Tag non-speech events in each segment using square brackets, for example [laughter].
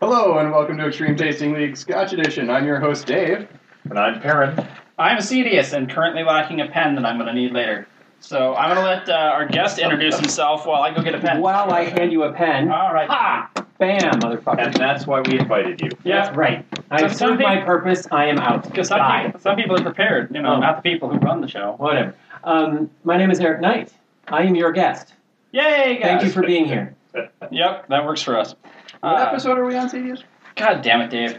Hello and welcome to Extreme Tasting League Scotch Edition. I'm your host Dave. And I'm Perrin. I'm Acedius and currently lacking a pen that I'm going to need later. So I'm going to let uh, our guest introduce himself while I go get a pen. Uh, While I hand you a pen, All right. ha! Bam, motherfucker. And that's why we invited you. Yeah. That's right. I So have some served my purpose. I am out. Because some, Bye. people- some people are prepared, you know, Oh. not the people who run the show. Whatever. Um, my name is Eric Knight. I am your guest. Yay, guys. Thank you for being here. Yep, that works for us. What Uh, episode are we on, CDS? God damn it, Dave.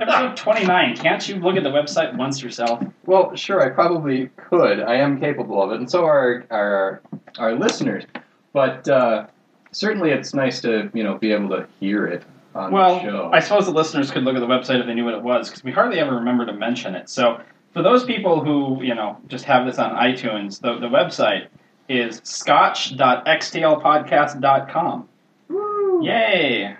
Episode 29. Can't you look at the website once yourself? Well, sure, I probably could. I am capable of it, and so are our our listeners. But uh, certainly, it's nice to you know be able to hear it on the show. Well, I suppose the listeners could look at the website if they knew what it was, because we hardly ever remember to mention it. So for those people who, you know, just have this on iTunes, the, the website is scotch.xtlpodcast.com. Yay!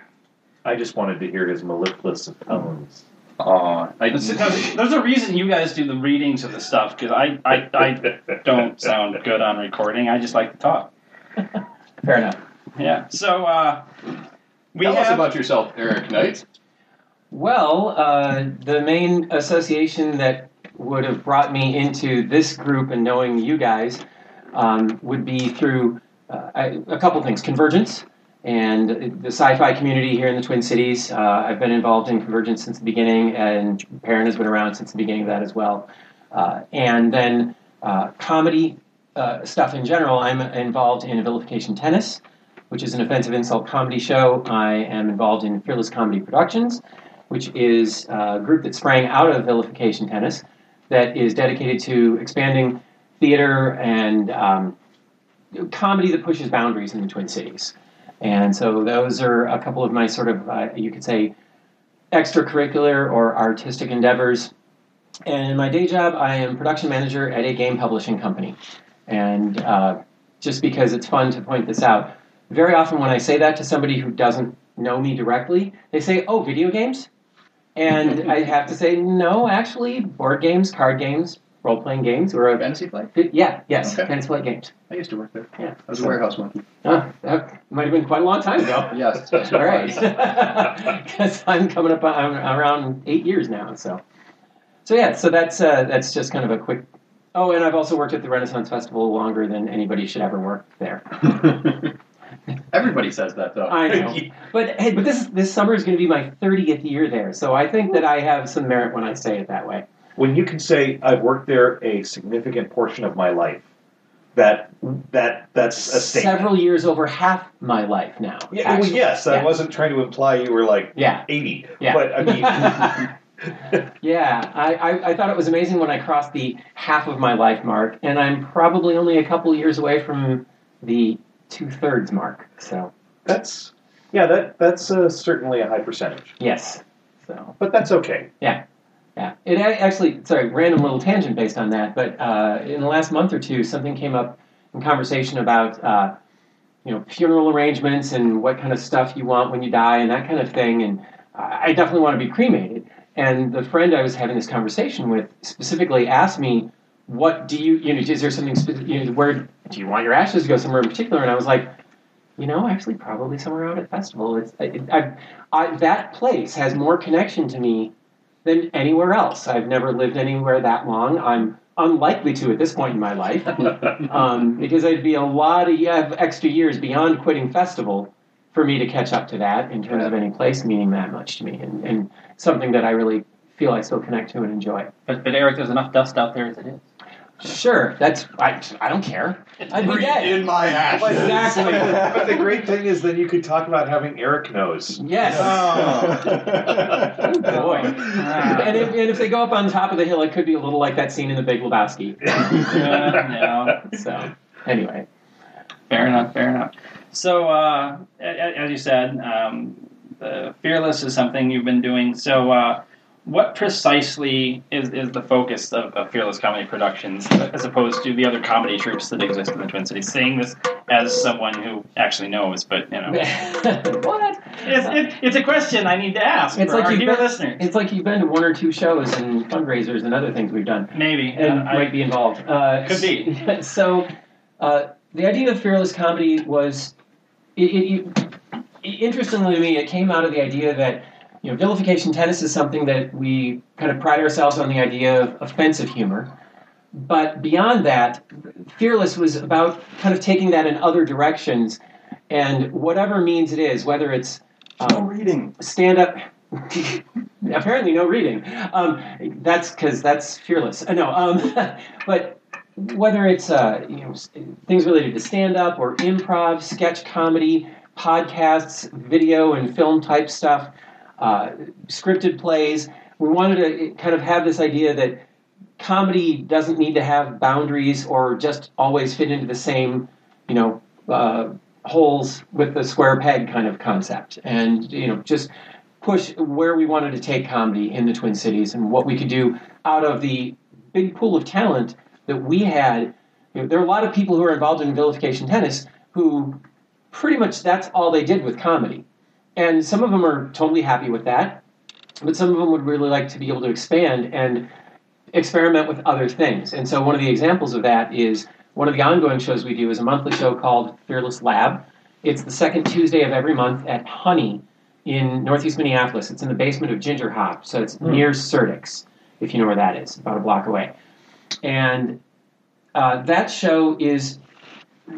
I just wanted to hear his mellifluous tones. Aw, I This is- no, there's a reason you guys do the readings of the stuff, because I, I, I don't sound good on recording. I just like to talk. Fair enough. Yeah. So uh, we tell us have... about yourself, Eric Knight. Well, uh, the main association that would have brought me into this group and knowing you guys um, would be through uh, I- a couple things Convergence and the sci fi community here in the Twin Cities. Uh, I've been involved in Convergence since the beginning, and Perrin has been around since the beginning of that as well. Uh, and then uh, comedy uh, stuff in general. I'm involved in Vilification Tennis, which is an offensive insult comedy show. I am involved in Fearless Comedy Productions which is a group that sprang out of vilification tennis that is dedicated to expanding theater and um, comedy that pushes boundaries in the Twin Cities. And so those are a couple of my sort of, uh, you could say, extracurricular or artistic endeavors. And in my day job, I am production manager at a game publishing company. And uh, just because it's fun to point this out, very often when I say that to somebody who doesn't know me directly, they say, "Oh, video games," and I have to say, "No, actually, board games, card games, role playing games, or a Fantasy play. yeah, yes, Okay. okay. play games." I used to work there. Yeah, I was a warehouse monkey. Ah, that might have been quite a long time ago. [laughs] Yes. that's All what it right, [laughs] was. because I'm coming up on, around eight years now, so so yeah, so that's uh, that's just kind of a quick. Oh, and I've also worked at the Renaissance Festival longer than anybody should ever work there. Everybody says that though. I [laughs] know. But hey, but this this summer is going to be my 30th year there, so I think that I have some merit when I say it that way. When you can say, I've worked there a significant portion of my life, that that that's a statement. Several years over half my life now. yeah, well, actually. yes, I Yeah. wasn't trying to imply you were like Yeah. 80. Yeah. But I mean, [laughs] yeah, I, I, I thought it was amazing when I crossed the half of my life mark, and I'm probably only a couple years away from the two thirds mark. So that's yeah, that that's uh, certainly a high percentage. yes, so But that's okay. Yeah, it a- actually, sorry, random little tangent based on that, but uh, in the last month or two, something came up in conversation about, uh, you know, funeral arrangements and what kind of stuff you want when you die and that kind of thing, and I I definitely want to be cremated. And the friend I was having this conversation with specifically asked me, what do you, you know, is there something, spe- you know, where do you want your ashes to go somewhere in particular? And I was like, you know, actually, probably somewhere out at festival. It's, I, I, I, that place has more connection to me than anywhere else. I've never lived anywhere that long. I'm unlikely to at this point in my life um, because I'd be a lot of yeah, extra years beyond quitting festival for me to catch up to that in terms of any place meaning that much to me and, and something that I really feel I still connect to and enjoy. But, but Eric, there's enough dust out there as it is. Sure, that's I, I don't care. I'd be Breathe dead. [laughs] in my ashes. [laughs] Exactly. but the great thing is, then you could talk about having [laughs] Eric nose. Yes. boy. Ah. And if, and if they go up on top of the hill, it could be a little like that scene in The Big Lebowski. Yeah, no. So, anyway. Fair enough. Fair enough. So, uh, a- a- as you said, um, the fearless is something you've been doing. So, uh, what precisely is, is the focus of, of Fearless Comedy Productions as opposed to the other comedy troupes that exist in the Twin Cities? Saying this as someone who actually knows, but you know, it's, [laughs] what? it, it's a question I need to ask It's for like our you've dear been- listeners. It's like you've been to one or two shows and fundraisers and other things we've done, Maybe and Uh, I- might be involved. Uh, Could be. [laughs] So, uh, the idea of fearless comedy was, it, it, it, interestingly to me, it came out of the idea that you know, vilification tennis is something that we kind of pride ourselves on the idea of offensive humor. But beyond that, Fearless was about kind of taking that in other directions, and whatever means it is, whether it's [laughs] No um, reading. stand up. [laughs] apparently, no reading. Um, that's because that's fearless. Uh, no, um, [laughs] but whether it's uh, you know s- things related to stand up or improv, sketch comedy, podcasts, video and film type stuff, uh, scripted plays, we wanted to eh, kind of have this idea that comedy doesn't need to have boundaries or just always fit into the same, you know, uh, holes with the square peg kind of concept, and you know, just push where we wanted to take comedy in the Twin Cities and what we could do out of the big pool of talent that we had. You know, there are a lot of people who are involved in vilification tennis who pretty much that's all they did with comedy, and some of them are totally happy with that, but some of them would really like to be able to expand and experiment with other things. And so one of the examples of that is one of the ongoing shows we do is a monthly show called Fearless Lab. It's the second Tuesday of every month at Honey in northeast Minneapolis. It's in the basement of Ginger Hop, so it's near Certix, if you know where that is, about a block away. And uh, that show is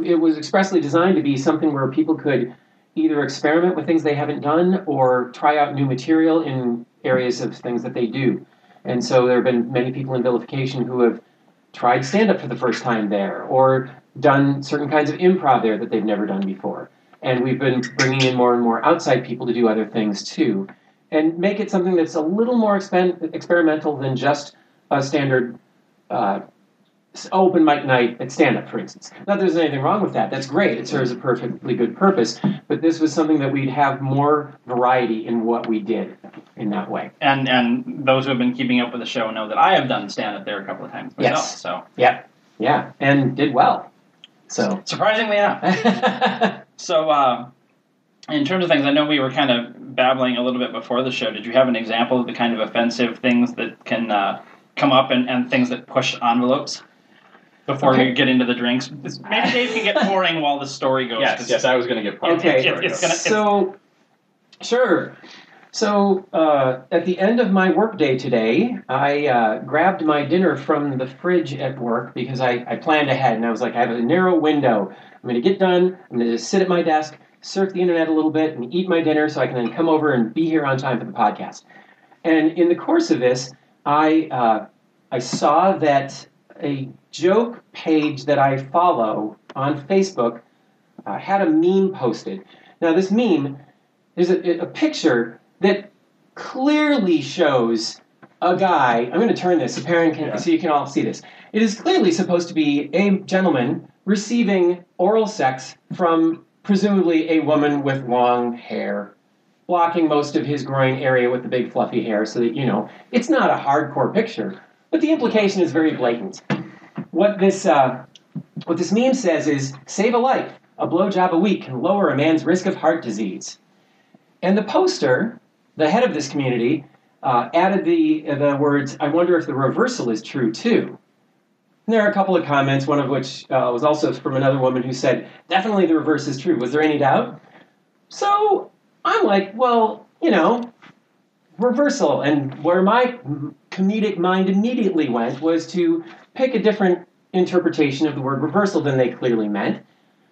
it was expressly designed to be something where people could either experiment with things they haven't done or try out new material in areas of things that they do. And so there have been many people in vilification who have tried stand up for the first time there or done certain kinds of improv there that they've never done before. And we've been bringing in more and more outside people to do other things too and make it something that's a little more expen- experimental than just a standard uh, s- open mic night at stand up, for instance. Not that there's anything wrong with that. That's great. It serves a perfectly good purpose. But this was something that we'd have more variety in what we did in that way. And and those who have been keeping up with the show know that I have done stand up there a couple of times myself. Yes. So Yeah, and did well. So. [laughs] surprisingly enough. So uh, in terms of things, I know we were kind of babbling a little bit before the show. Did you have an example of the kind of offensive things that can uh, come up and, and things that push envelopes? Before Okay. we get into the drinks, maybe Dave can get pouring while the story goes. Yes, 'cause yes, I was going to get part of Okay. the story. It's gonna- so, sure. So, uh, at the end of my workday today, I uh, grabbed my dinner from the fridge at work because I, I planned ahead and I was like, I have a narrow window. I'm going to get done. I'm going to just sit at my desk, surf the internet a little bit, and eat my dinner so I can then come over and be here on time for the podcast. And in the course of this, I uh, I saw that a joke page that I follow on Facebook uh, had a meme posted. Now, this meme is a, a picture that clearly shows a guy. I'm going to turn this so, Perrin can, Yeah. so you can all see this. It is clearly supposed to be a gentleman receiving oral sex from presumably a woman with long hair, blocking most of his groin area with the big fluffy hair, so that, you know, it's not a hardcore picture, but the implication is very blatant. What this. Uh, what this meme says is save a life. A blowjob a week can lower a man's risk of heart disease. And the poster, the head of this community, uh, added the, the words, I wonder if the reversal is true too. And there are a couple of comments, one of which uh, was also from another woman who said, definitely the reverse is true. Was there any doubt? So I'm like, well, you know, reversal. And where my comedic mind immediately went was to pick a different interpretation of the word reversal than they clearly meant.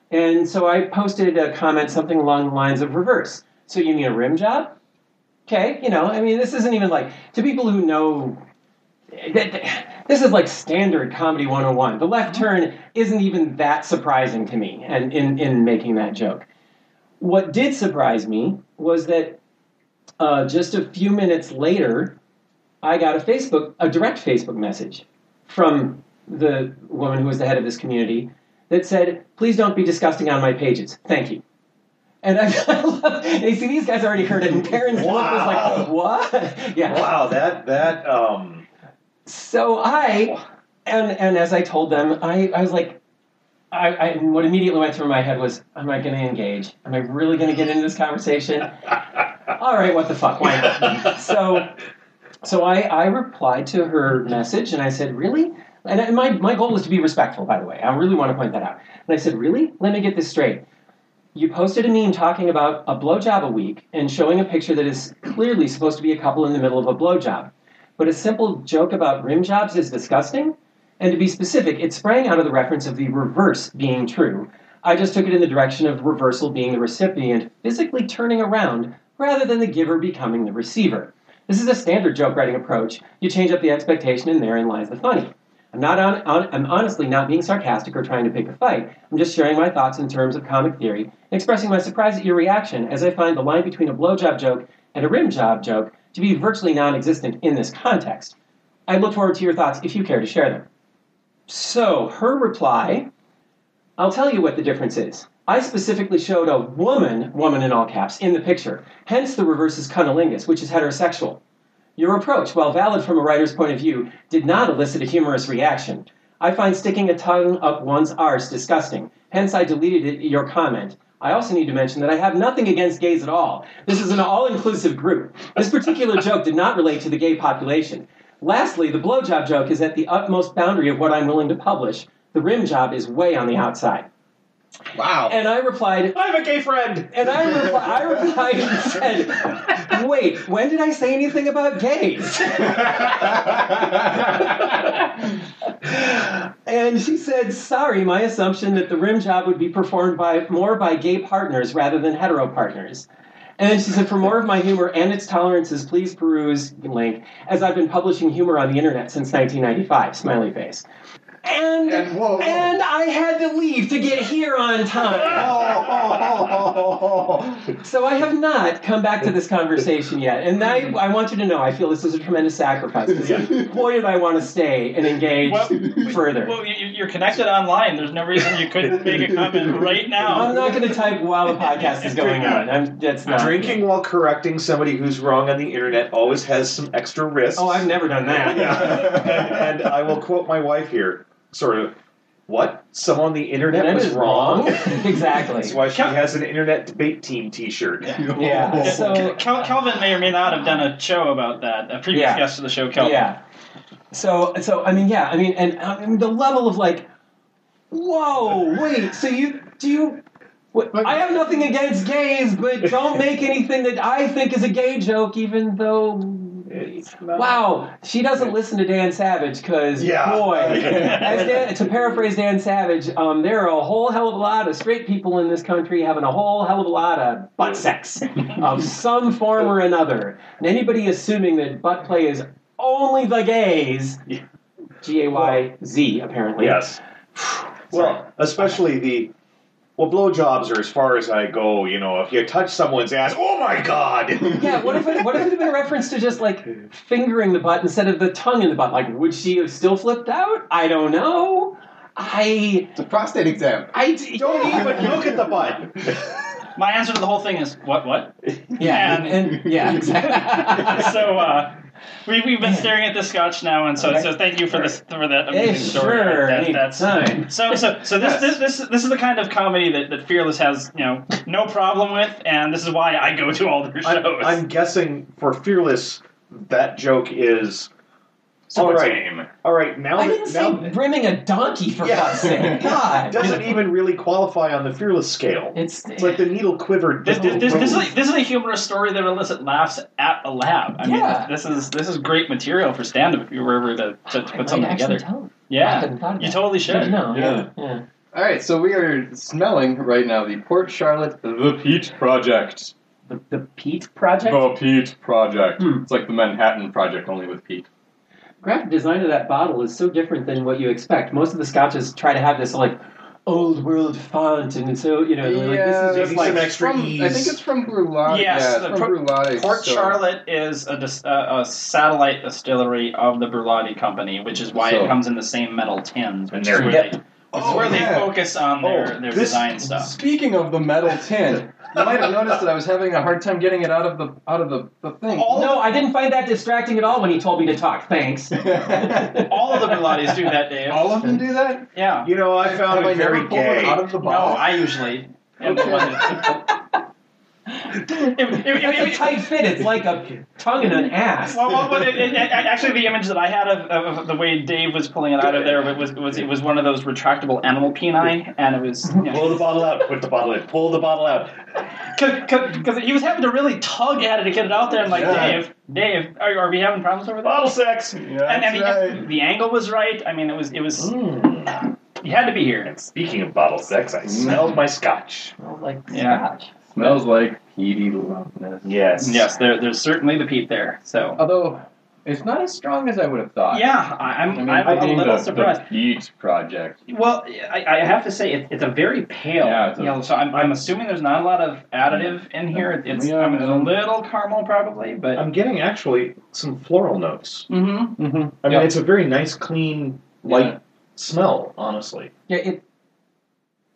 And so I posted a comment something along the lines of reverse. So you mean a rim job? Okay, you know, I mean, this isn't even like, to people who know, that- that- this is like standard comedy 101. The left Mm-hmm. turn isn't even that surprising to me and in, in making that joke. What did surprise me was that uh, just a few minutes later, I got a Facebook, a direct Facebook message from the woman who was the head of this community that said, "Please don't be disgusting on my pages. Thank you." And I, [laughs] I love, and you see, these guys already heard it, and Karen's look Wow. was like, "What?" [laughs] yeah. Wow, that that um So I, and and as I told them, I, I was like, I, I and what immediately went through my head was, am I going to engage? Am I really going to get into this conversation? All right, what the fuck? Why not? [laughs] so, so I I replied to her message and I said, really. And I- my, my goal was to be respectful, by the way. I really want to point that out. And I said, Really? Let me get this straight. you posted a meme talking about a blowjob a week and showing a picture that is clearly supposed to be a couple in the middle of a blowjob. But a simple joke about rim jobs is disgusting. And to be specific, it sprang out of the reference of the reverse being true. I just took it in the direction of reversal being the recipient physically turning around rather than the giver becoming the receiver. This is a standard joke writing approach. You change up the expectation, and therein lies the funny. I'm not on, on, I'm honestly not being sarcastic or trying to pick a fight. I'm just sharing my thoughts in terms of comic theory and expressing my surprise at your reaction as I find the line between a blowjob joke and a rim job joke to be virtually non-existent in this context. I look forward to your thoughts if you care to share them. So her reply, I'll tell you what the difference is. I specifically showed a woman, woman in all caps, in the picture. Hence the reverse is cunnilingus, which is heterosexual. Your approach, while valid from a writer's point of view, did not elicit a humorous reaction. I find sticking a tongue up one's arse disgusting. Hence, I deleted it, your comment. I also need to mention that I have nothing against gays at all. This is an all inclusive group. This particular joke did not relate to the gay population. Lastly, the blowjob joke is at the utmost boundary of what I'm willing to publish. The rim job is way on the outside. Wow. And I replied, I have a gay friend. and I, repli- I replied and said, wait, when did I say anything about gays? [laughs] And she said, sorry, my assumption that the rim job would be performed by more by gay partners rather than hetero partners. And then she said, for more of my humor and its tolerances, please peruse link, as I've been publishing humor on the internet since 1995, smiley face. And, And whoa, whoa. and I had to leave to get here on time. Oh. So I have not come back to this conversation yet, and I, I want you to know I feel this is a [laughs] tremendous sacrifice. 'cause Boy, did I want to stay and engage Well, further. Well, you, you- you're connected online. There's no reason you [laughs] couldn't make a comment right I'm now. not going to type while the podcast is going on. I'm, that's not [laughs] Drinking while correcting somebody who's wrong on the internet always has some extra risks. Oh, I've [laughs] never done that. [laughs] Yeah. and, and I will quote my wife here, sort of. What? Someone on the internet That was is wrong. [laughs] That's exactly. why she has an internet debate team T-shirt. Yeah. So Cal- Calvin may or may not have done a show about that. A previous Yeah. guest of the show, Calvin. Yeah. So so I mean yeah I mean and I mean, the level of like, whoa wait so you do you. What, I have nothing against gays, but don't make anything that I think is a gay joke, even though. It's not- Wow, she doesn't listen to Dan Savage because, uh, Yeah. [laughs] boy, as Dan, to paraphrase Dan Savage, um, there are a whole hell of a lot of straight people in this country having a whole hell of a lot of butt sex of some form or another. And anybody assuming that butt play is only the gays, Yeah. G A Y Z, apparently. Yes. well, especially the well, blowjobs are as far as I go. You know, if you touch someone's ass, oh my god. Yeah, [laughs] what if, it, what if it had been a reference to just like fingering the butt instead of the tongue in the butt? Like, would she have still flipped out? I don't know. I. It's a prostate exam. I Don't yeah. even look at the butt. My answer to the whole thing is what? What? Yeah, And- and, [laughs] yeah, [laughs] exactly. so uh, we, we've been staring at the scotch now, and so Okay. so thank you for this for that Hey, amazing story. sure, That- that's anytime. so so so this, Yes. this this this is the kind of comedy that, that Fearless has you know no problem with, and this is why I go to all their I'm, shows. I'm guessing for fearless, that joke is all Someone's right. name. All right, now I that- didn't now say brimming a donkey for Yeah. God's sake. God, it doesn't even really qualify on the fearless scale. it's, It's like the needle quivered. this, just this, a this, this, little. is a, this is a humorous story that elicits laughs at a lab. I Yeah. mean, this is this is great material for stand-up if you were ever to, to, to I put might something actually together. tell him. I Yeah, hadn't thought of you that. totally should. No, Yeah. yeah, yeah. All right, so we are smelling right now the Port Charlotte The Peach Project. The, the Pete project. The Peach Project. Hmm. It's like the Manhattan Project, only with Pete. graphic design of that bottle is so different than what you expect. Most of the scotches try to have this like old world font, and so you know, like, this is just maybe like some extra from, I think ease. it's from Brulati. Yes, yeah, it's from the Port- Brulati. Port so- Charlotte is a, dis- uh, a satellite distillery of the Brulati Company, which is why So- it comes in the same metal tins, And which there is where, you- they, which is Oh, where yeah. they focus on their, Oh, their this- design stuff. Speaking of the metal tin, you might have noticed that I was having a hard time getting it out of the out of the, the thing. All- no, I didn't find that distracting at all when he told me to talk. Thanks. All of the Brulatis [laughs] do that, Dave. All of them do that. Yeah. You know, I found have it I never very pulled it gay. out of the No, bottle? I usually. am the Okay. one that- If- if- if- It's a if- tight fit. It's like a tongue in an ass. well, well, well, it, it, it- actually, the image that I had of, of, of the way Dave was pulling it out of there was was it was one of those retractable animal peni, and it was you know, Pull the bottle out. Put the bottle in. Pull the bottle out. because he was having to really tug at it to get it out there, and like Yeah. Dave, Dave, are, are we having problems over there? Bottle sex. and, and the, That's the angle was right. I mean, it was it was Mm. you had to be here. And speaking of bottle sex, I smelled my scotch. Smells like Yeah. scotch. Smells like peaty lumpness. Yes. Yes, there, there's certainly the peat there. So Although it's not as strong as I would have thought. yeah, I, I'm I mean, I'm I a think little the, surprised. the peat project. Well, I, I have to say it, it's a very pale Yeah, it's a- yellow. So I'm, I'm assuming there's not a lot of additive in here. It's Yeah, I mean, there's a um, little caramel probably, but I'm getting actually some floral notes. mm-hmm. Mm-hmm. I mean, Yeah. it's a very nice, clean, light Yeah. smell, honestly. Yeah. It.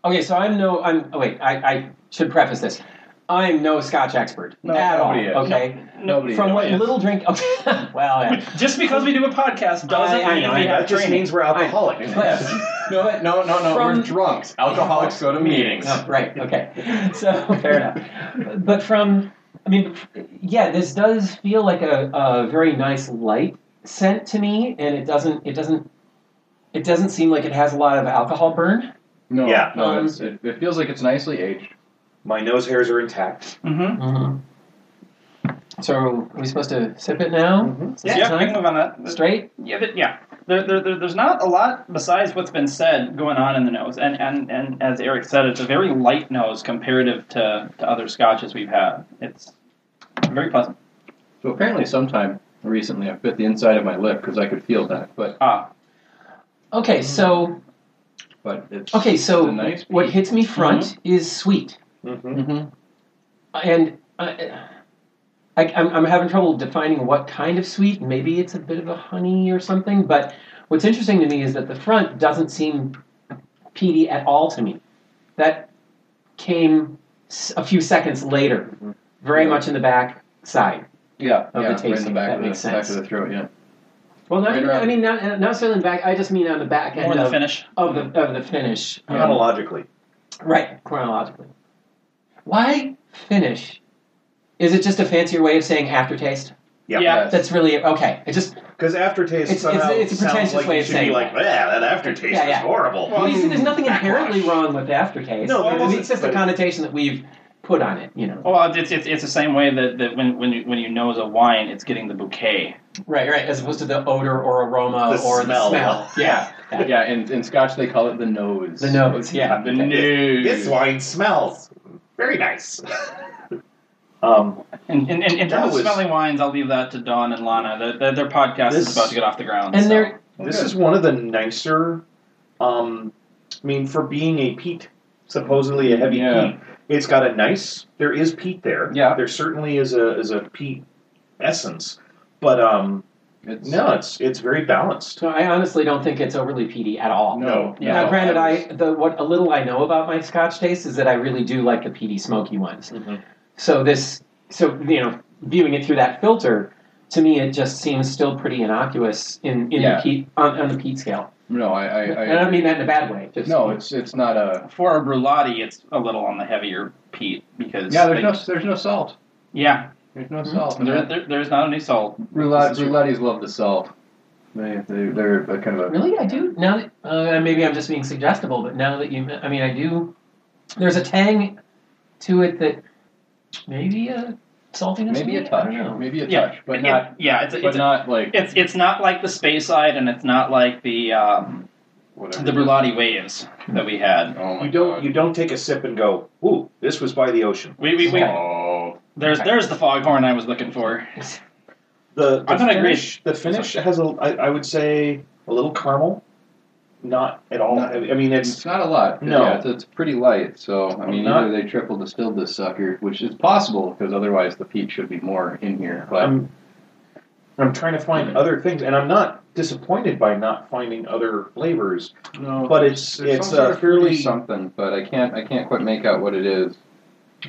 Okay, so I'm no. I'm. Oh wait, I, I should preface this. I'm no Scotch expert No, at all. nobody is. Okay. Nobody From what knows. little drink. Okay. [laughs] well. Yeah. [laughs] Just because we do a podcast doesn't I- I mean know, we I know. have that just training. means we're [laughs] alcoholics. Yes. No, no, no, no. From- We're drunks. Alcoholics go to meetings. No, right. Okay. So fair enough. But from, I mean, yeah, this does feel like a, a very nice light scent to me, and it doesn't. It doesn't. It doesn't seem like it has a lot of alcohol burn. No, Yeah. no. Um, it's, it, it feels like it's nicely aged. My nose hairs are intact. Mm-hmm. Mm-hmm. So are we supposed to sip it now? Is this Yeah, we can time? move on that. Straight. Yeah, but yeah. There, there, there, there's not a lot besides what's been said going on in the nose, and and, and as Eric said, it's a very light nose comparative to, to other scotches we've had. It's very pleasant. So apparently, sometime recently, I bit the inside of my lip because I could feel that. But Ah, Okay. So but it's okay. So it's a nice. what hits me front Uh-huh. is sweet. Mm-hmm. Mm-hmm. and I, I, I'm, I'm having trouble defining what kind of sweet. Maybe it's a bit of a honey or something. But what's interesting to me is that the front doesn't seem peaty at all to me. That came s- a few seconds later, very much in the back side. Yeah, Of the yeah. right in tasting, the back that of the makes back sense. of the throat. Yeah. Well, not, Right around- I mean, not, not necessarily in the back. I just mean on the back more end the of, finish. of the of the finish. Um, Chronologically. Right, chronologically. Why finish? Is it just a fancier way of saying aftertaste? Yeah. Yes. That's really okay. It just Because aftertaste It's- somehow it's- it's a sounds pretentious like way it of should saying be it. like, yeah, that aftertaste Yeah, is yeah. horrible. Well, well, you see, there's nothing backlash. inherently wrong with aftertaste. No, I there mean, isn't, it's just the but- connotation that we've put on it. You know. Well, it's, it's, it's the same way that, that when, when, you, when you nose a wine, it's getting the bouquet. Right, right. As opposed to the odor or aroma The or smell. the smell. Yeah, yeah, in, in Scotch they call it the nose. the nose. Yeah. The nose. This wine smells very nice. [laughs] um, And, and, and in That terms was- of smelling wines, I'll leave that to Don and Lana. Their- Their, their podcast This- is about to get off the ground. And so. they're Oh, this Okay. is one of the nicer. Um, I mean, for being a peat, supposedly a heavy Yeah. peat, it's got a nice. There is peat there. Yeah. There certainly is a is a peat essence, but um, It's, no, it's it's very balanced. So I honestly don't think it's overly peaty at all. No. Yeah. now, no, granted, was- I the what a little I know about my Scotch taste is that I really do like the peaty, smoky ones. Mm-hmm. So this, so you know, viewing it through that filter, to me, it just seems still pretty innocuous in in Yeah. the peat on, on the peat scale. No, I. I, I and I don't mean that in a bad way. Just No, it's it's not a. For a brulati, it's a little on the heavier peat because Yeah, there's they- no there's no salt. yeah There's no Mhm. salt. there, there, there's not any salt. Roulette, This is- roulettes love the salt. They they they're a kind of a. really I do now. That, uh, maybe I'm just being suggestible, but now that you, I mean, I do. There's a tang to it that maybe a saltiness. Maybe a me? I touch, don't know. maybe a Yeah. touch, but It- not, yeah, it's but it's, not like it's it's not like the space side, and it's not like the um, whatever. the brulati waves that we had. oh my You don't God. you don't take a sip and go, ooh, this was by the ocean. We, we, we Okay. Oh, there's Okay. there's the foghorn I was looking for. The, the I'm gonna agree. finish the finish has a I, I would say a little caramel, not at all. Not- I, I mean it's it's not a lot. No. yeah, it's, it's pretty light. So I mean, not- either they triple distilled this sucker, which is possible because otherwise the peat should be more in here. But I'm I'm trying to find other things, and I'm not disappointed by not finding other flavors. no, But it's there's it's some sort a of fruity fairly something, but I can't I can't quite make out what it is.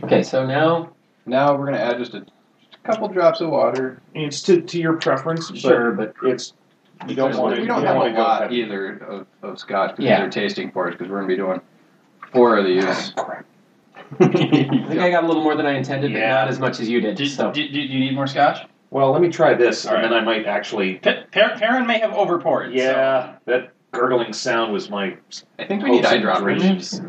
Okay, so now Now we're gonna add just a, just a couple drops of water. it's to, to your preference, sure, but but it's you don't There's- want to we you don't don't have want a to go lot heavy. either of, of scotch because Yeah. they're tasting for us because we're gonna be doing four of these. I think I got a little more than I intended, Yeah. but not as much as you did. Do, so do, do you need more scotch? [laughs] Well, let me try this, All and then I might actually. Pa- Pa- Perrin may have overpoured. so that gurgling sound was my. I think we need Hopes eye and drops. dreams.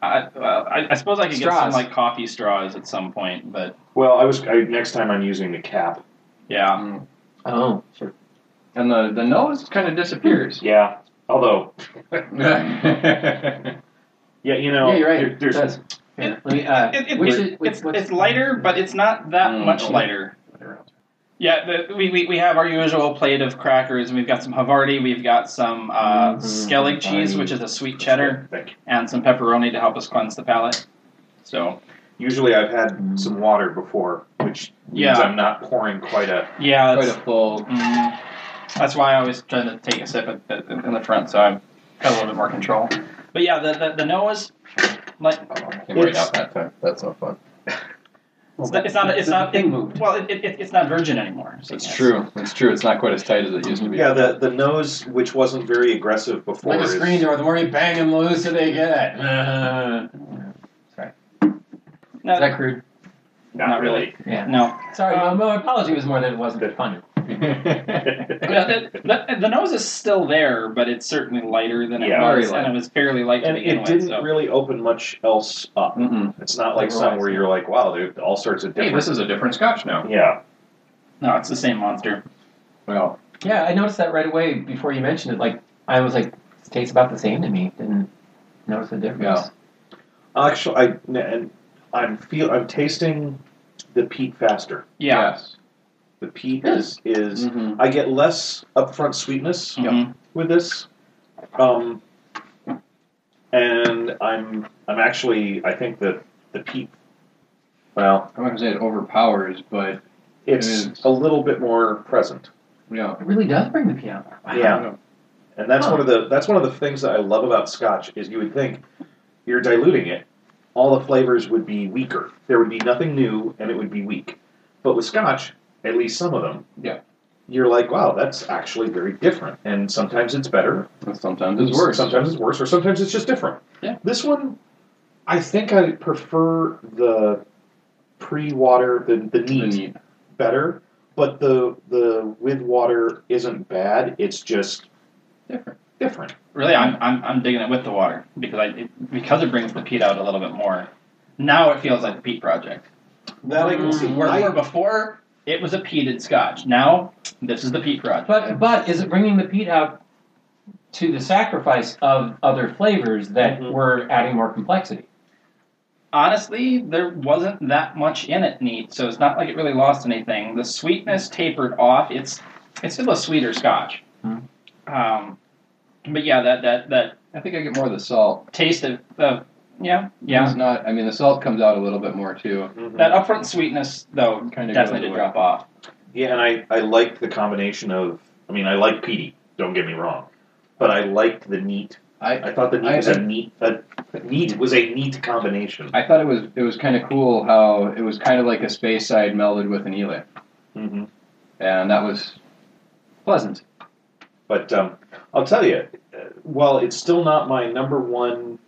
I, well, I, I suppose I could get some Straws. like coffee straws at some point, but Well, I was. I, next time I'm using the cap. yeah. oh, sure. And the, the nose kind of [laughs] disappears. Yeah. Although, [laughs] yeah, yeah, you know, yeah, you're right. there- there's it does. Yeah. Let me, uh, It, it, which it- is- which- it's, what's- it's lighter, but it's not that Mm. much lighter. Yeah, the, we, we, we have our usual plate of crackers, and we've got some Havarti, we've got some uh, Mhm. Skellig cheese, which is a sweet cheddar, Thank you. and some pepperoni to help us cleanse the palate. So, Usually, I've had some water before, which means Yeah. I'm not pouring quite a. yeah, quite that's, a full. mm, that's why I always try to take a sip at, at, in the front, so I've got a little bit more control. But yeah, the, the, the nose, like, Came right It's- out that time. That's not fun. It's not. It's not. It's not. The It, thing moved. well, it, it, it's not virgin anymore. So It's yes. true. It's true. It's not quite as tight as it used to be. Yeah, the the nose, which wasn't very aggressive before, Like a is- screen door. The more you bang them, the looser they get. Uh, No, is that crude? not really. Yeah. no. Sorry, Uh, my, my apology was more that it wasn't fun. [laughs] Yeah, the, the, the nose is still there, but it's certainly lighter than it Yeah. Very was, and light. it was fairly light to and begin it with. didn't So. really open much else up. Mm-mm. It's not like Overall, some where it's- you're like, wow, there are all sorts of Hey, different. this is a different scotch now. yeah, No, it's the same monster. Well, Yeah, I noticed that right away before you mentioned it. Like I was like, it tastes about the same to me. Didn't notice the difference. actually, I and I'm feel I'm tasting the peat faster. Yeah. yes. The peat Really? is is Mhm. I get less upfront sweetness Mhm. with this, um, and I'm I'm actually I think that the peat. Well, I wouldn't say it overpowers, but it's It is. a little bit more present. yeah. It really does bring the piano. Wow. Yeah. And that's Huh. one of the that's one of the things that I love about Scotch is you would think you're diluting it, all the flavors would be weaker. There would be nothing new, and it would be weak. But with Scotch, at least some of them, Yeah. you're like, wow, that's actually very different. And sometimes it's better, And Sometimes it's worse. sometimes it's worse, or sometimes it's just different. Yeah. This one, I think I prefer the pre-water, the the The neat neat. better, but the the with water isn't bad. It's just Different. different. Really, I'm, I'm I'm digging it with the water because I it, because it brings the peat out a little bit more. Now it feels like a peat project. That I can see. Mm, Where, I- where before it was a peated scotch. Now this is the peat project. But but is it bringing the peat out to the sacrifice of other flavors that Mhm. were adding more complexity? honestly, there wasn't that much in it neat, so it's not like it really lost anything. The sweetness tapered off. It's it's still a sweeter scotch. Hmm. Um, but yeah, that that that I think I get more of the salt. taste of, of yeah yeah It's not. I mean, the salt comes out a little bit more too. Mm-hmm. that upfront sweetness though Kinda definitely goes did away. drop off. yeah, and I, I liked the combination of. I mean, I like peaty. Don't get me wrong, but I liked the neat. I I thought the neat I- was a neat. A, neat was a neat combination. I thought it was it was kind of cool how it was kind of like a space side melded with an elay, Mm-hmm. and that was pleasant. But um, I'll tell you, uh, while it's still not my number one,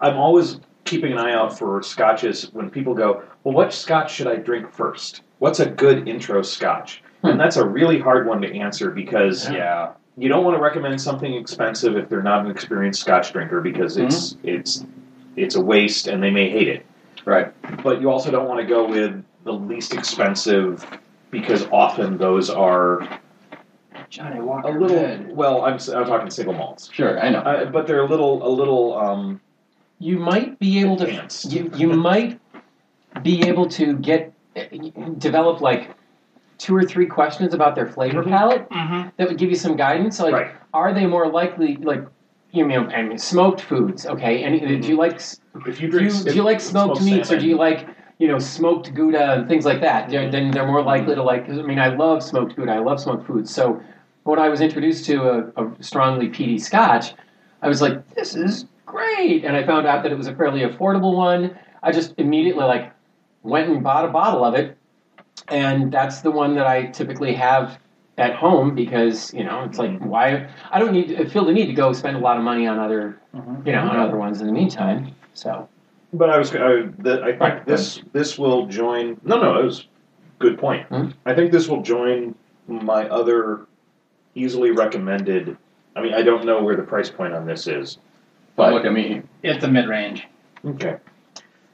I'm always keeping an eye out for scotches when people go, well, what scotch should I drink first? What's a good intro scotch? Hmm. And that's a really hard one to answer because Yeah. Yeah, you don't want to recommend something expensive if they're not an experienced Scotch drinker Hmm. because it's it's it's a waste and they may hate it. right. But you also don't want to go with the least expensive because often those are Johnny Walker. a little. Good. Well, I'm s- I'm talking single malts, Sure, I know. uh, but they're a little a little um, You might be able to advanced. you you might be able to get develop like two or three questions about their flavor Mhm. palette Mm-hmm. that would give you some guidance like Right. are they more likely like you know I mean smoked foods okay and uh, do Mm-hmm. you like s- If you do drink, you, do if- you like smoked, meats or salmon- do you like you know smoked gouda and things like that Mm-hmm. They're- then they're more likely to like 'cause, I mean I love smoked gouda I love smoked foods so when I was introduced to a, a strongly peaty scotch I was like this is great and I found out that it was a fairly affordable one I just immediately like went and bought a bottle of it and that's the one that I typically have at home because you know it's Mm-hmm. like why I Mm-hmm. don't need I feel the need to go spend a lot of money on other you know on other ones in the meantime so But I was I, the, I think Right. this this will join. No, no, it was good point. Hmm? I think this will join my other easily recommended. I mean, I don't know where the price point on this is. But look at me. It's a mid range. Okay.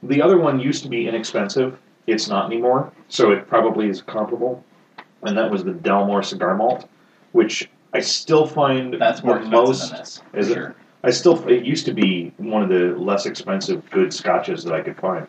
The other one used to be inexpensive. It's not anymore, so it probably is comparable. And that was the Delmore Cigar Malt, which I still find That's more the expensive most than this. is it? for sure. I still it used to be one of the less expensive good scotches that I could find.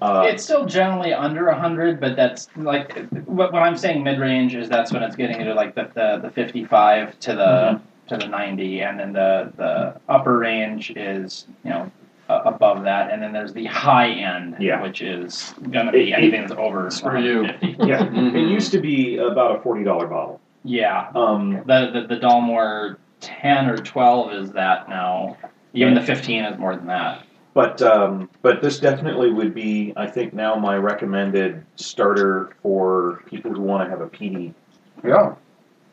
Uh, it's still generally under hundred, but that's like what, what I'm saying. Mid range is that's when it's getting into like the the, the fifty five to the to Mm-hmm. the ninety, and then the the upper range is you know. Uh, above that, and then there's the high end, Yeah. which is gonna be It- it- anything that's over. Screw you. 150. yeah, it Mhm. used to be about a forty dollar bottle. Yeah, Um, the the, the Dalmore ten or twelve is that now. Even the fifteen is more than that. but um, but this definitely would be, I think, now my recommended starter for people who want to have a PD. Yeah.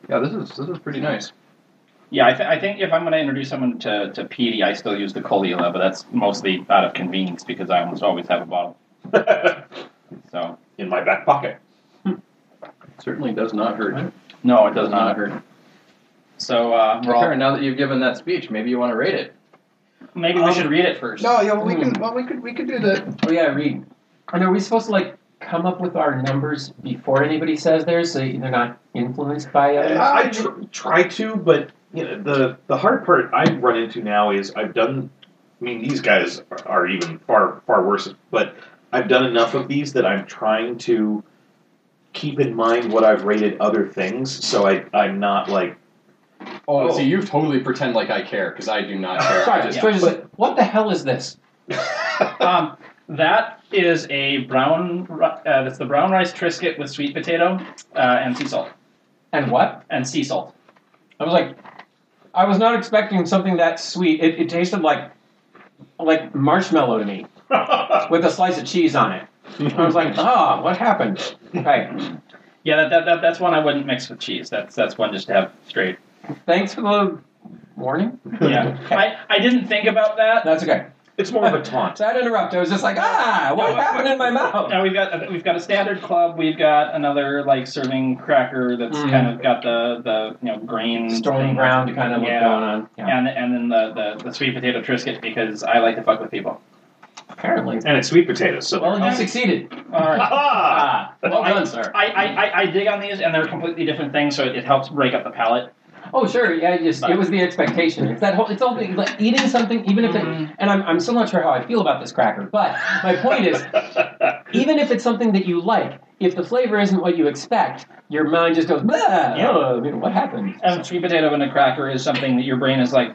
Yeah, this is this is pretty nice. Yeah, I, th- I think if I'm going to introduce someone to, to PD, I still use the Coliola, but that's mostly out of convenience because I almost always have a bottle. So [laughs] in my back pocket. Certainly does not hurt. no, it does not. hurt. So uh, we're all, Karen, now that you've given that speech, maybe you want to rate it. maybe we Um, should read it first. yeah, we can- Hmm. Well, we could we could do that. Oh yeah, read. And are we supposed to like come up with our numbers before anybody says theirs, so they're not influenced by others? uh, I, I tr- try to, but you know, the the hard part I run into now is I've done. I mean, these guys are, are even far far worse, but I've done enough of these that I'm trying to keep in mind what I've rated other things, so I I'm not like Oh, Oh. [laughs] see, you totally pretend like I care because I do not care. Sorry, I just- yeah. George is like, what the hell is this? [laughs] Um, that is a brown. ri- Uh, that's the brown rice Triscuit with sweet potato uh, and sea salt And what? and sea salt. I was like, I was not expecting something that sweet. It, it tasted like like marshmallow to me with a slice of cheese on it. I was like, ah, what happened? Okay, Yeah, that, that, that, that's one I wouldn't mix with cheese. That's that's one just to have [laughs] straight. thanks for the warning. Yeah, I, I didn't think about that. That's okay. it's more of a taunt. So I'd interrupt. I was just like, ah, what No, happened in my mouth? Now we've got we've got a standard club. We've got another like serving cracker that's Mm. kind of got the the you know green Storm thing. ground kind of look Yeah. going on. Yeah. And, and then the, the, the sweet potato Triscuit because I like to fuck with people. Apparently. And it's sweet potatoes, so Well, yeah. you succeeded. All [laughs] right. Ah! Ah, well done, sir. I, I, I, I dig on these and they're completely different things, so it, it helps break up the palate. Oh, sure. Yeah, it just, it was the expectation. It's that whole. It's all thing like eating something, even if it. And I'm, I'm still not sure how I feel about this cracker, but my point is, even if it's something that you like, if the flavor isn't what you expect, your mind just goes, "Bleh, Yeah. oh, I mean, what happened? And sweet potato and a cracker is something that your brain is like,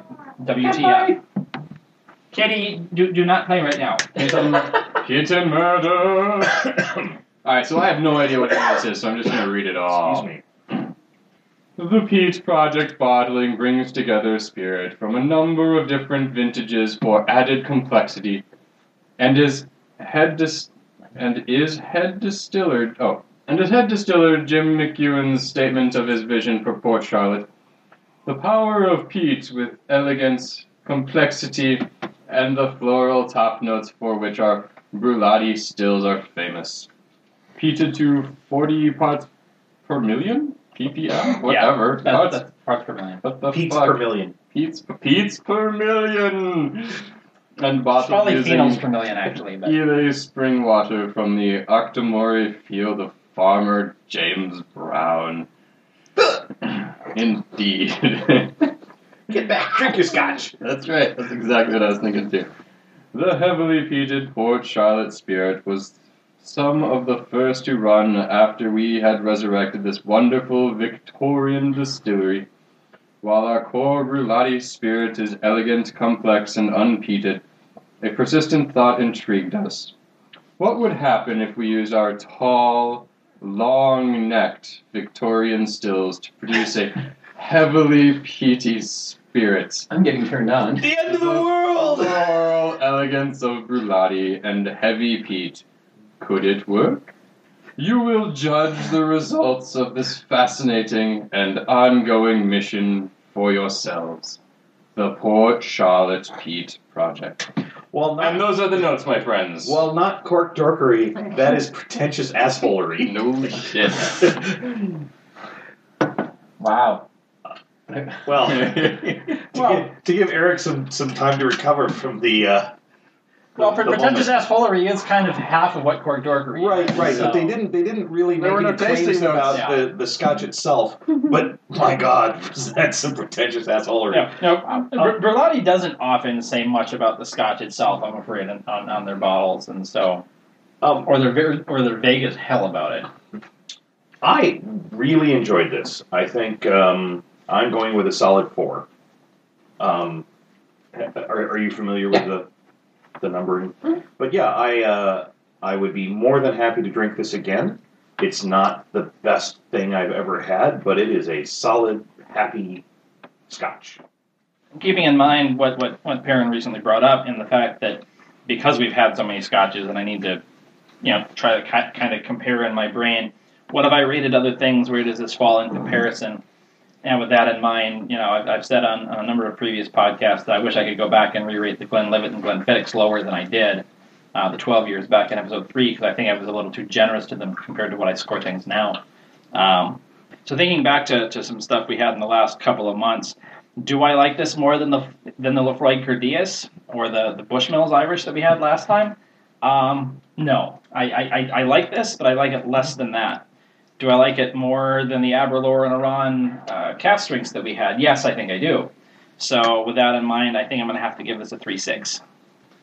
WTF. Kitty, do, do not play right now. [laughs] Kitten, kitten murder. All right, so I have no idea what this is, so I'm just going to read it [coughs] all. Excuse me. The Peach Project bottling brings together spirit from a number of different vintages for added complexity, and is head dis- and is head distiller. Oh, and is head distiller Jim McEwen's statement of his vision for Port Charlotte, the power of peach with elegance, complexity, and the floral top notes for which our brulati stills are famous. Peated to forty parts per million. PPM? Whatever. That's, [laughs] Parts- that's parts per million. what the Pete's Oh, fuck? per million. Peats, Peats per million! And It's bottled probably phenols using per million, actually. But. Ely spring water from the Octomori field of farmer James Brown. Indeed. [laughs] Get back. Drink your scotch. That's right. That's exactly what I was thinking too. The heavily peated Port Charlotte spirit was some of the first to run after we had resurrected this wonderful Victorian distillery. While our core Brulati spirit is elegant, complex, and unpeated, a persistent thought intrigued us. What would happen if we used our tall, long necked Victorian stills to produce a heavily peaty spirit? [laughs] I'm getting turned on. The end of the world. floral elegance of brulati and heavy peat. Could it work? You will judge the results of this fascinating and ongoing mission for yourselves. the Port Charlotte Peat Project. While And not, those are the notes, my friends. while not cork dorkery, that is pretentious assholery. [laughs] no [laughs] shit. Wow. well, to, Well- give, to give Eric some, some time to recover from the. Uh, Well, the pre- pretentious moment. assholery is kind of half of what cork dorkery Right, is, right. so- But they didn't. They didn't really There make were any no tasting claims about notes. the, the scotch itself. But my God, [laughs] that's some pretentious assholery. No, no. um, Br- Berlotti doesn't often say much about the Scotch itself. I'm afraid on, on, on their bottles, and so Um, or they're very, or they're vague as hell about it. I really enjoyed this. I think um, I'm going with a solid four. Um, are, are you familiar with the the numbering? Mm-hmm. But yeah, I uh, I would be more than happy to drink this again. It's not the best thing I've ever had, but it is a solid, happy scotch. Keeping in mind what what what Perrin recently brought up, and the fact that because we've had so many scotches, and I need to, you know, try to ki- kind of compare in my brain what have I rated other things? Where does this fall in comparison? And with that in mind, you know, I've, I've said on, on a number of previous podcasts that I wish I could go back and re-rate the Glenlivet and Glenfiddich lower than I did uh, the 12 years back in episode three because I think I was a little too generous to them compared to what I score things now. Um, so thinking back to, to some stuff we had in the last couple of months, do I like this more than the than the Lefroy Cardillas or the the Bushmills Irish that we had last time? Um, no, I, I, I, I like this, but I like it less than that. Do I like it more than the Aberlour and Iran uh, calf strings that we had? Yes, I think I do. So with that in mind, I think I'm going to have to give this a three six.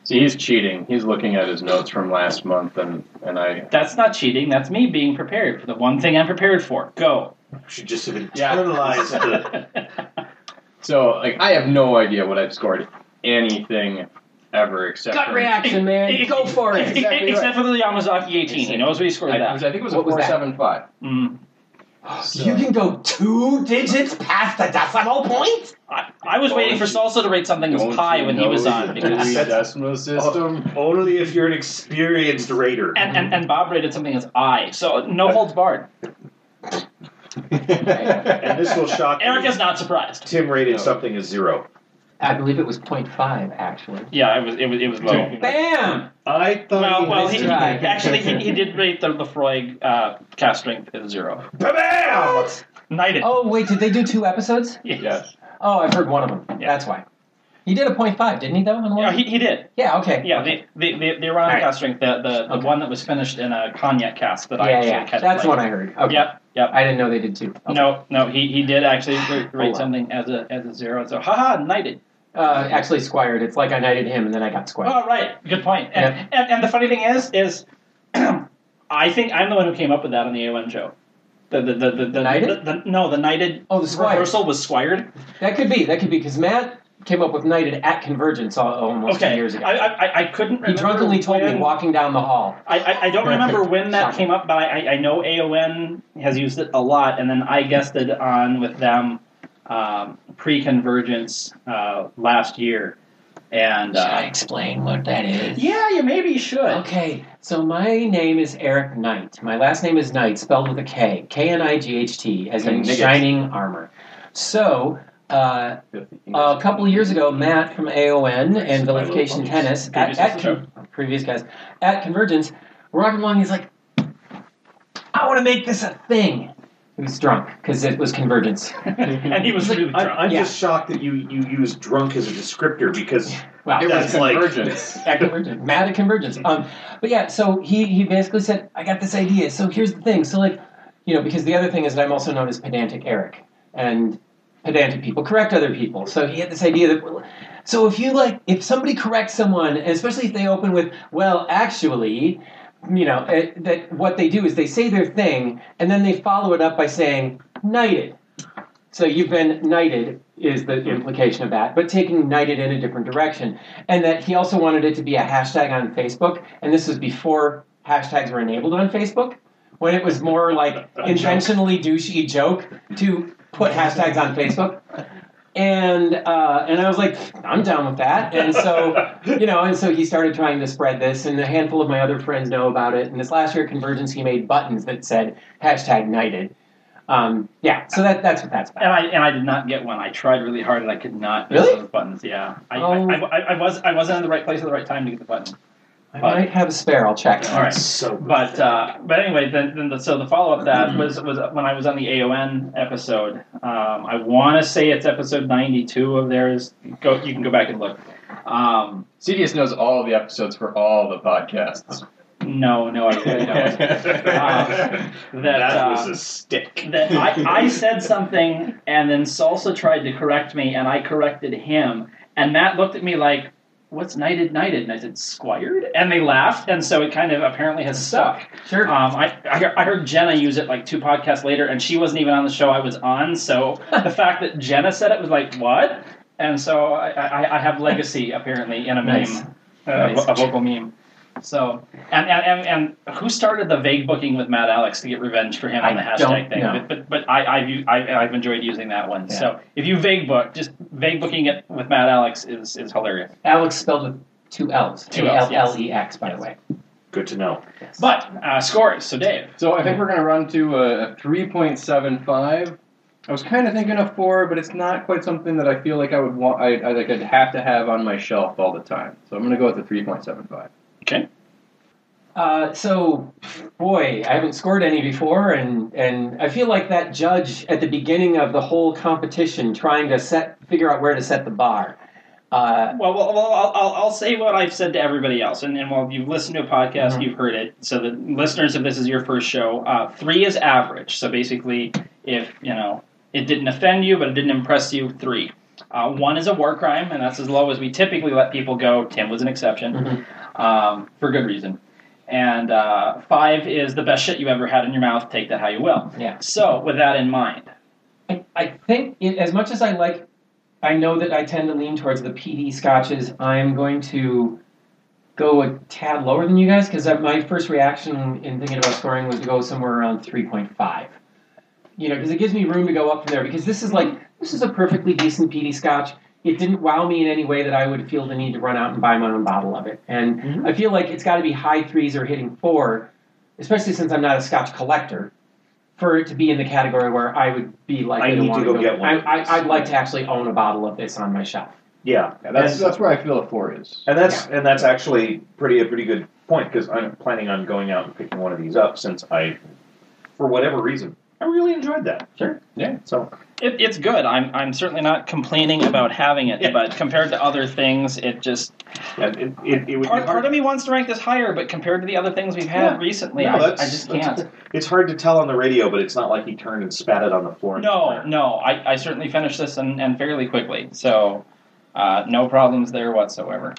See, he's cheating. He's looking at his notes from last month, and, and I. That's not cheating. That's me being prepared for the one thing I'm prepared for. Go. [laughs] Should just have Yeah. internalized the. So, like, I have no idea what I've scored anything ever except. Gut for- reaction, man. Go [laughs] for it. Exactly Except for the Yamazaki 18. He Exactly. knows what he I, scored which that. I think it was a What was that? 475. Mm. You can go two digits past the decimal point? I, I was waiting for Salsa to rate something Don't as high you when he was know on. the Because, Dewey Decimal System. Only if you're an experienced raider. and, and, and Bob rated something as I. So no holds barred. and this will shock you. Eric is not surprised. Tim rated No. something as zero. I believe it was 0.5, actually. Yeah, it was it was it was low. Bam! I thought Well, well, he, Nice he- try. actually he, he did rate the Lefroy uh, cast strength as zero. Bam! Knighted. Oh, wait, did they do two episodes? Yes. Yes. Oh, I've heard one of them. Yeah. That's why. He did a 0.5, didn't he, though? On one? Yeah, he, he did. yeah, okay. Yeah, the the the, the Orion All right. cast drink, the the, the Okay. one that was finished in a cognac cask that I yeah, actually yeah. kept. That's playing. what I heard. Okay. Yep, yep. I didn't know they did two. Okay. No, no, he, he did actually rate well. something as a as a zero. So haha, knighted. Uh, actually, squired. It's like I knighted him and then I got squired. Oh right, good point. And, and and the funny thing is is [clears throat] I think I'm the one who came up with that on the A1 show. The the the the, the, Knighted? the- the- no the knighted Oh, the squire. reversal was squired. That could be. That could be because Matt came up with knighted at Convergence al- almost okay, two years ago. I, I I couldn't. he Remember drunkenly told me when- walking down the hall. I, I, I don't remember when that Shocking. came up, but I, I, I know AON has used it a lot, and then I guessed it on with them um, pre convergence uh, last year. And uh, explain what that is? yeah, you maybe should. Okay, so my name is Eric Knight. My last name is Knight, spelled with a K. K N I G H T, as in Knight. shining armor. So, uh, a couple of years ago, Matt from AON and Vilification Tennis, at, Previous at episode. Con- previous guys, at Convergence, were walking along, he's like, I want to make this a thing. He was drunk because it was Convergence. and he was really I'm, drunk. I'm Yeah. just shocked that you, you use drunk as a descriptor because Wow. It was that's like [laughs] convergence. at Convergence, mad at Convergence. Um, but yeah, so he he basically said, I got this idea. So here's the thing. So like, you know, because the other thing is that I'm also known as pedantic Eric, and pedantic people correct other people. So he had this idea that, well, so if you like, if somebody corrects someone, and especially if they open with, well, actually. You know it, that what they do is they say their thing, and then they follow it up by saying knighted. So you've been knighted is the implication of that, but taking knighted in a different direction. And that he also wanted it to be a hashtag on Facebook, and this was before hashtags were enabled on Facebook, when it was more like intentionally douchey joke to put hashtags on Facebook. And uh, and I was like, I'm down with that. And so you know, and so he started trying to spread this, and a handful of my other friends know about it. And this last year at Convergence, he made buttons that said hashtag knighted. Um, yeah, so that, that's what that's about. And I and I did not get one. I tried really hard and I could not get Really? those buttons. Yeah, I, Oh. I, I, I was I wasn't in the right place at the right time to get the button. I might have a spare. I'll check. All right. So, But uh, but anyway, then, then the, so the follow up that was was when I was on the AON episode. Um, I want to say it's episode ninety two of theirs. Go you can go back and look. Um, CDS knows all the episodes for all the podcasts. no, no, I really [laughs] don't. Uh, that that uh, was a stick. that I, [laughs] I said something and then Salsa tried to correct me and I corrected him and Matt looked at me like, What's knighted knighted? And I said, Squired? And they laughed and so it kind of apparently has stuck. Sure. Um, I, I, hear- I heard Jenna use it like two podcasts later and she wasn't even on the show I was on, [laughs] so the fact that Jenna said it was like, What? And so I, I, I have legacy apparently in a Nice. meme, uh, Nice. a vocal meme. So, and, and, and, and who started the vague booking with Matt Alex to get revenge for him on I the don't hashtag thing? know. But, but, but I, I've, u- I, I've enjoyed using that one. Yeah. So if you vague book, just vague booking it with Matt Alex is, is hilarious. Alex spelled with two L's. Two Ls, yes. A-L-L-E-X, E by the way. Good to know. Yes. But uh, scores. So Dave, So I think we're going to run to a, a 3.75. I was kind of thinking of four, but it's not quite something that I feel like I would want. I, I like I'd have to have on my shelf all the time. So I'm going to go with the 3.75. Uh, so, boy, I haven't scored any before, and, and I feel like that judge at the beginning of the whole competition trying to set figure out where to set the bar. Uh, well, well, well I'll, I'll, I'll say what I've said to everybody else, and, and while you've listened to a podcast, Mhm. you've heard it. So the listeners, if this is your first show, uh, three is average. So basically, if you know it didn't offend you, but it didn't impress you, three. Uh, one is a war crime, and that's as low as we typically let people go. Tim was an exception. um, for good reason. And uh, five is the best shit you ever had in your mouth. Take that how you will. Yeah. So with that in mind, I, I think, it, as much as I like, I know that I tend to lean towards the PD scotches. I'm going to go a tad lower than you guys because my first reaction in thinking about scoring was to go somewhere around 3.5. You know, because it gives me room to go up from there because this is like, this is a perfectly decent PD scotch. It didn't wow me in any way that I would feel the need to run out and buy my own bottle of it. And Mhm. I feel like it's got to be high threes or hitting four, especially since I'm not a scotch collector for it to be in the category where I would be likely I need to want go get one I, of these. I, I'd like to actually own a bottle of this on my shelf. Yeah, Yeah, that's And- that's where I feel a four is. And that's and that's actually pretty a pretty good point because I'm planning on going out and picking one of these up since I, for whatever reason, I really enjoyed that. Sure. Yeah. So it, it's good. I'm I'm certainly not complaining about having it, Yeah. but compared to other things, it just and it, it, it would part, part be hard. of me wants to rank this higher, but compared to the other things we've had Yeah. recently, No, I, I that's- just that's can't. cool. It's hard to tell on the radio, but it's not like he turned and spat it on the floor. No, no, I, I certainly finished this and, and fairly quickly, so uh, no problems there whatsoever.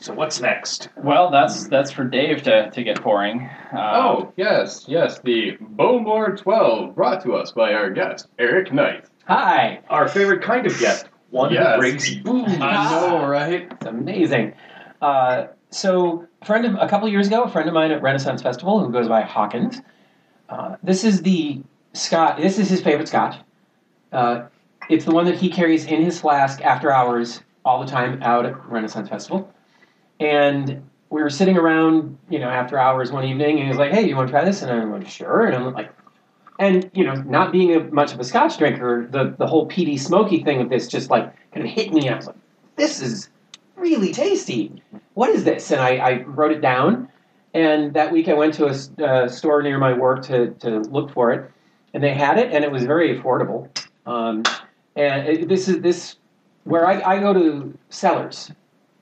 So what's next? Well, that's that's for Dave to, to get pouring. Uh, oh yes, yes, the Bowmore 12 brought to us by our guest Eric Knight. Hi, Our favorite kind of guest, one Yes. who brings booze. I know, right? it's amazing. Uh, so, a friend of a couple years ago, a friend of mine at Renaissance Festival who goes by Hawkins. Uh, this is the Scott. This is his favorite Scotch. Uh, it's the one that he carries in his flask after hours all the time out at Renaissance Festival. And we were sitting around, you know, after hours one evening, and he was like, "Hey, you want to try this?" And I'm like, "Sure." And I'm like, and you know, not being a, much of a Scotch drinker, the the whole PD smoky thing of this just like kind of hit me, and I was like, "This is really tasty. What is this?" And I, I wrote it down. And that week, I went to a s- uh, store near my work to, to look for it, and they had it, and it was very affordable. Um, and it, this is this where I, I go to Sellers,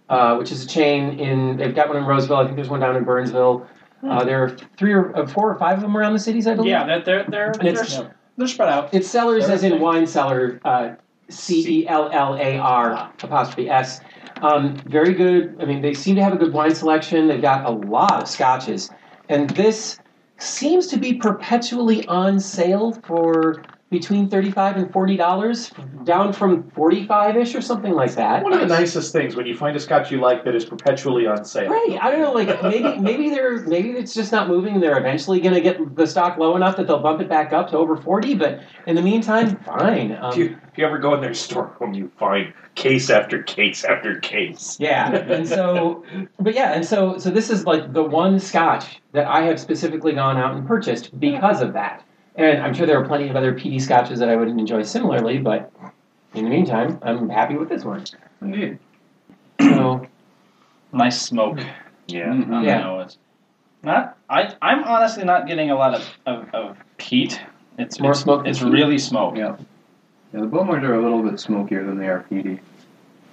uh, which is a chain in. They've got one in Roseville. I think there's one down in Burnsville. Uh, there are three or uh, four or five of them around the cities, I believe. Yeah, they're they're they're, And Oh. it's- they're, they're spread out. It's cellars as in Everything. wine cellar, uh, C E Ah. L L A R apostrophe S. Um, very good. I mean, they seem to have a good wine selection. They've got a lot of scotches, and this seems to be perpetually on sale for between thirty-five and forty dollars, down from forty-five ish or something like that. One of the nicest things when you find a scotch you like that is perpetually on sale. Right. I don't know. Like maybe maybe they're maybe it's just not moving. and They're eventually going to get the stock low enough that they'll bump it back up to over forty. But in the meantime, fine. Um, If you, if you ever go in their storeroom, you find case after case after case. Yeah, [laughs] and so, but yeah, and so, so this is like the one Scotch that I have specifically gone out and purchased because of that, And I'm sure there are plenty of other PD scotches that I would enjoy similarly, but in the meantime, I'm happy with this one. Indeed. So, Nice smoke Yeah. Mhm. on Yeah. the nose. Not, I, I'm honestly not getting a lot of, of, of peat. It's More it's- smoke than It's peat. really smoke. Yeah. Yeah, the Beaumont are a little bit smokier than they are peaty.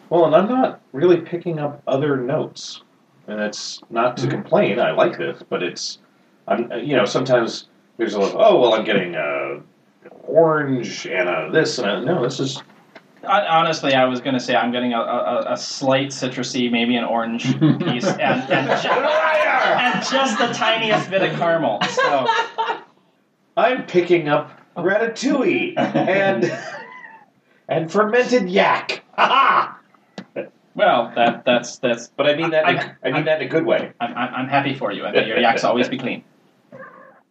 Well, and I'm not really picking up other notes, and it's not to complain. I like this, but it's, I'm you know sometimes there's a little oh well I'm getting a orange and a this and a no this is I, honestly, I was going to say I'm getting a, a, a- a slight citrusy, maybe an orange piece, and, and, ju- liar. and just the tiniest bit of caramel. So I'm picking up ratatouille and and fermented yak. [laughs] Ha Well, that that's that's. But I mean that. I, I mean that in a good way. I'm, I'm, I'm happy for you, and that your yaks always be clean.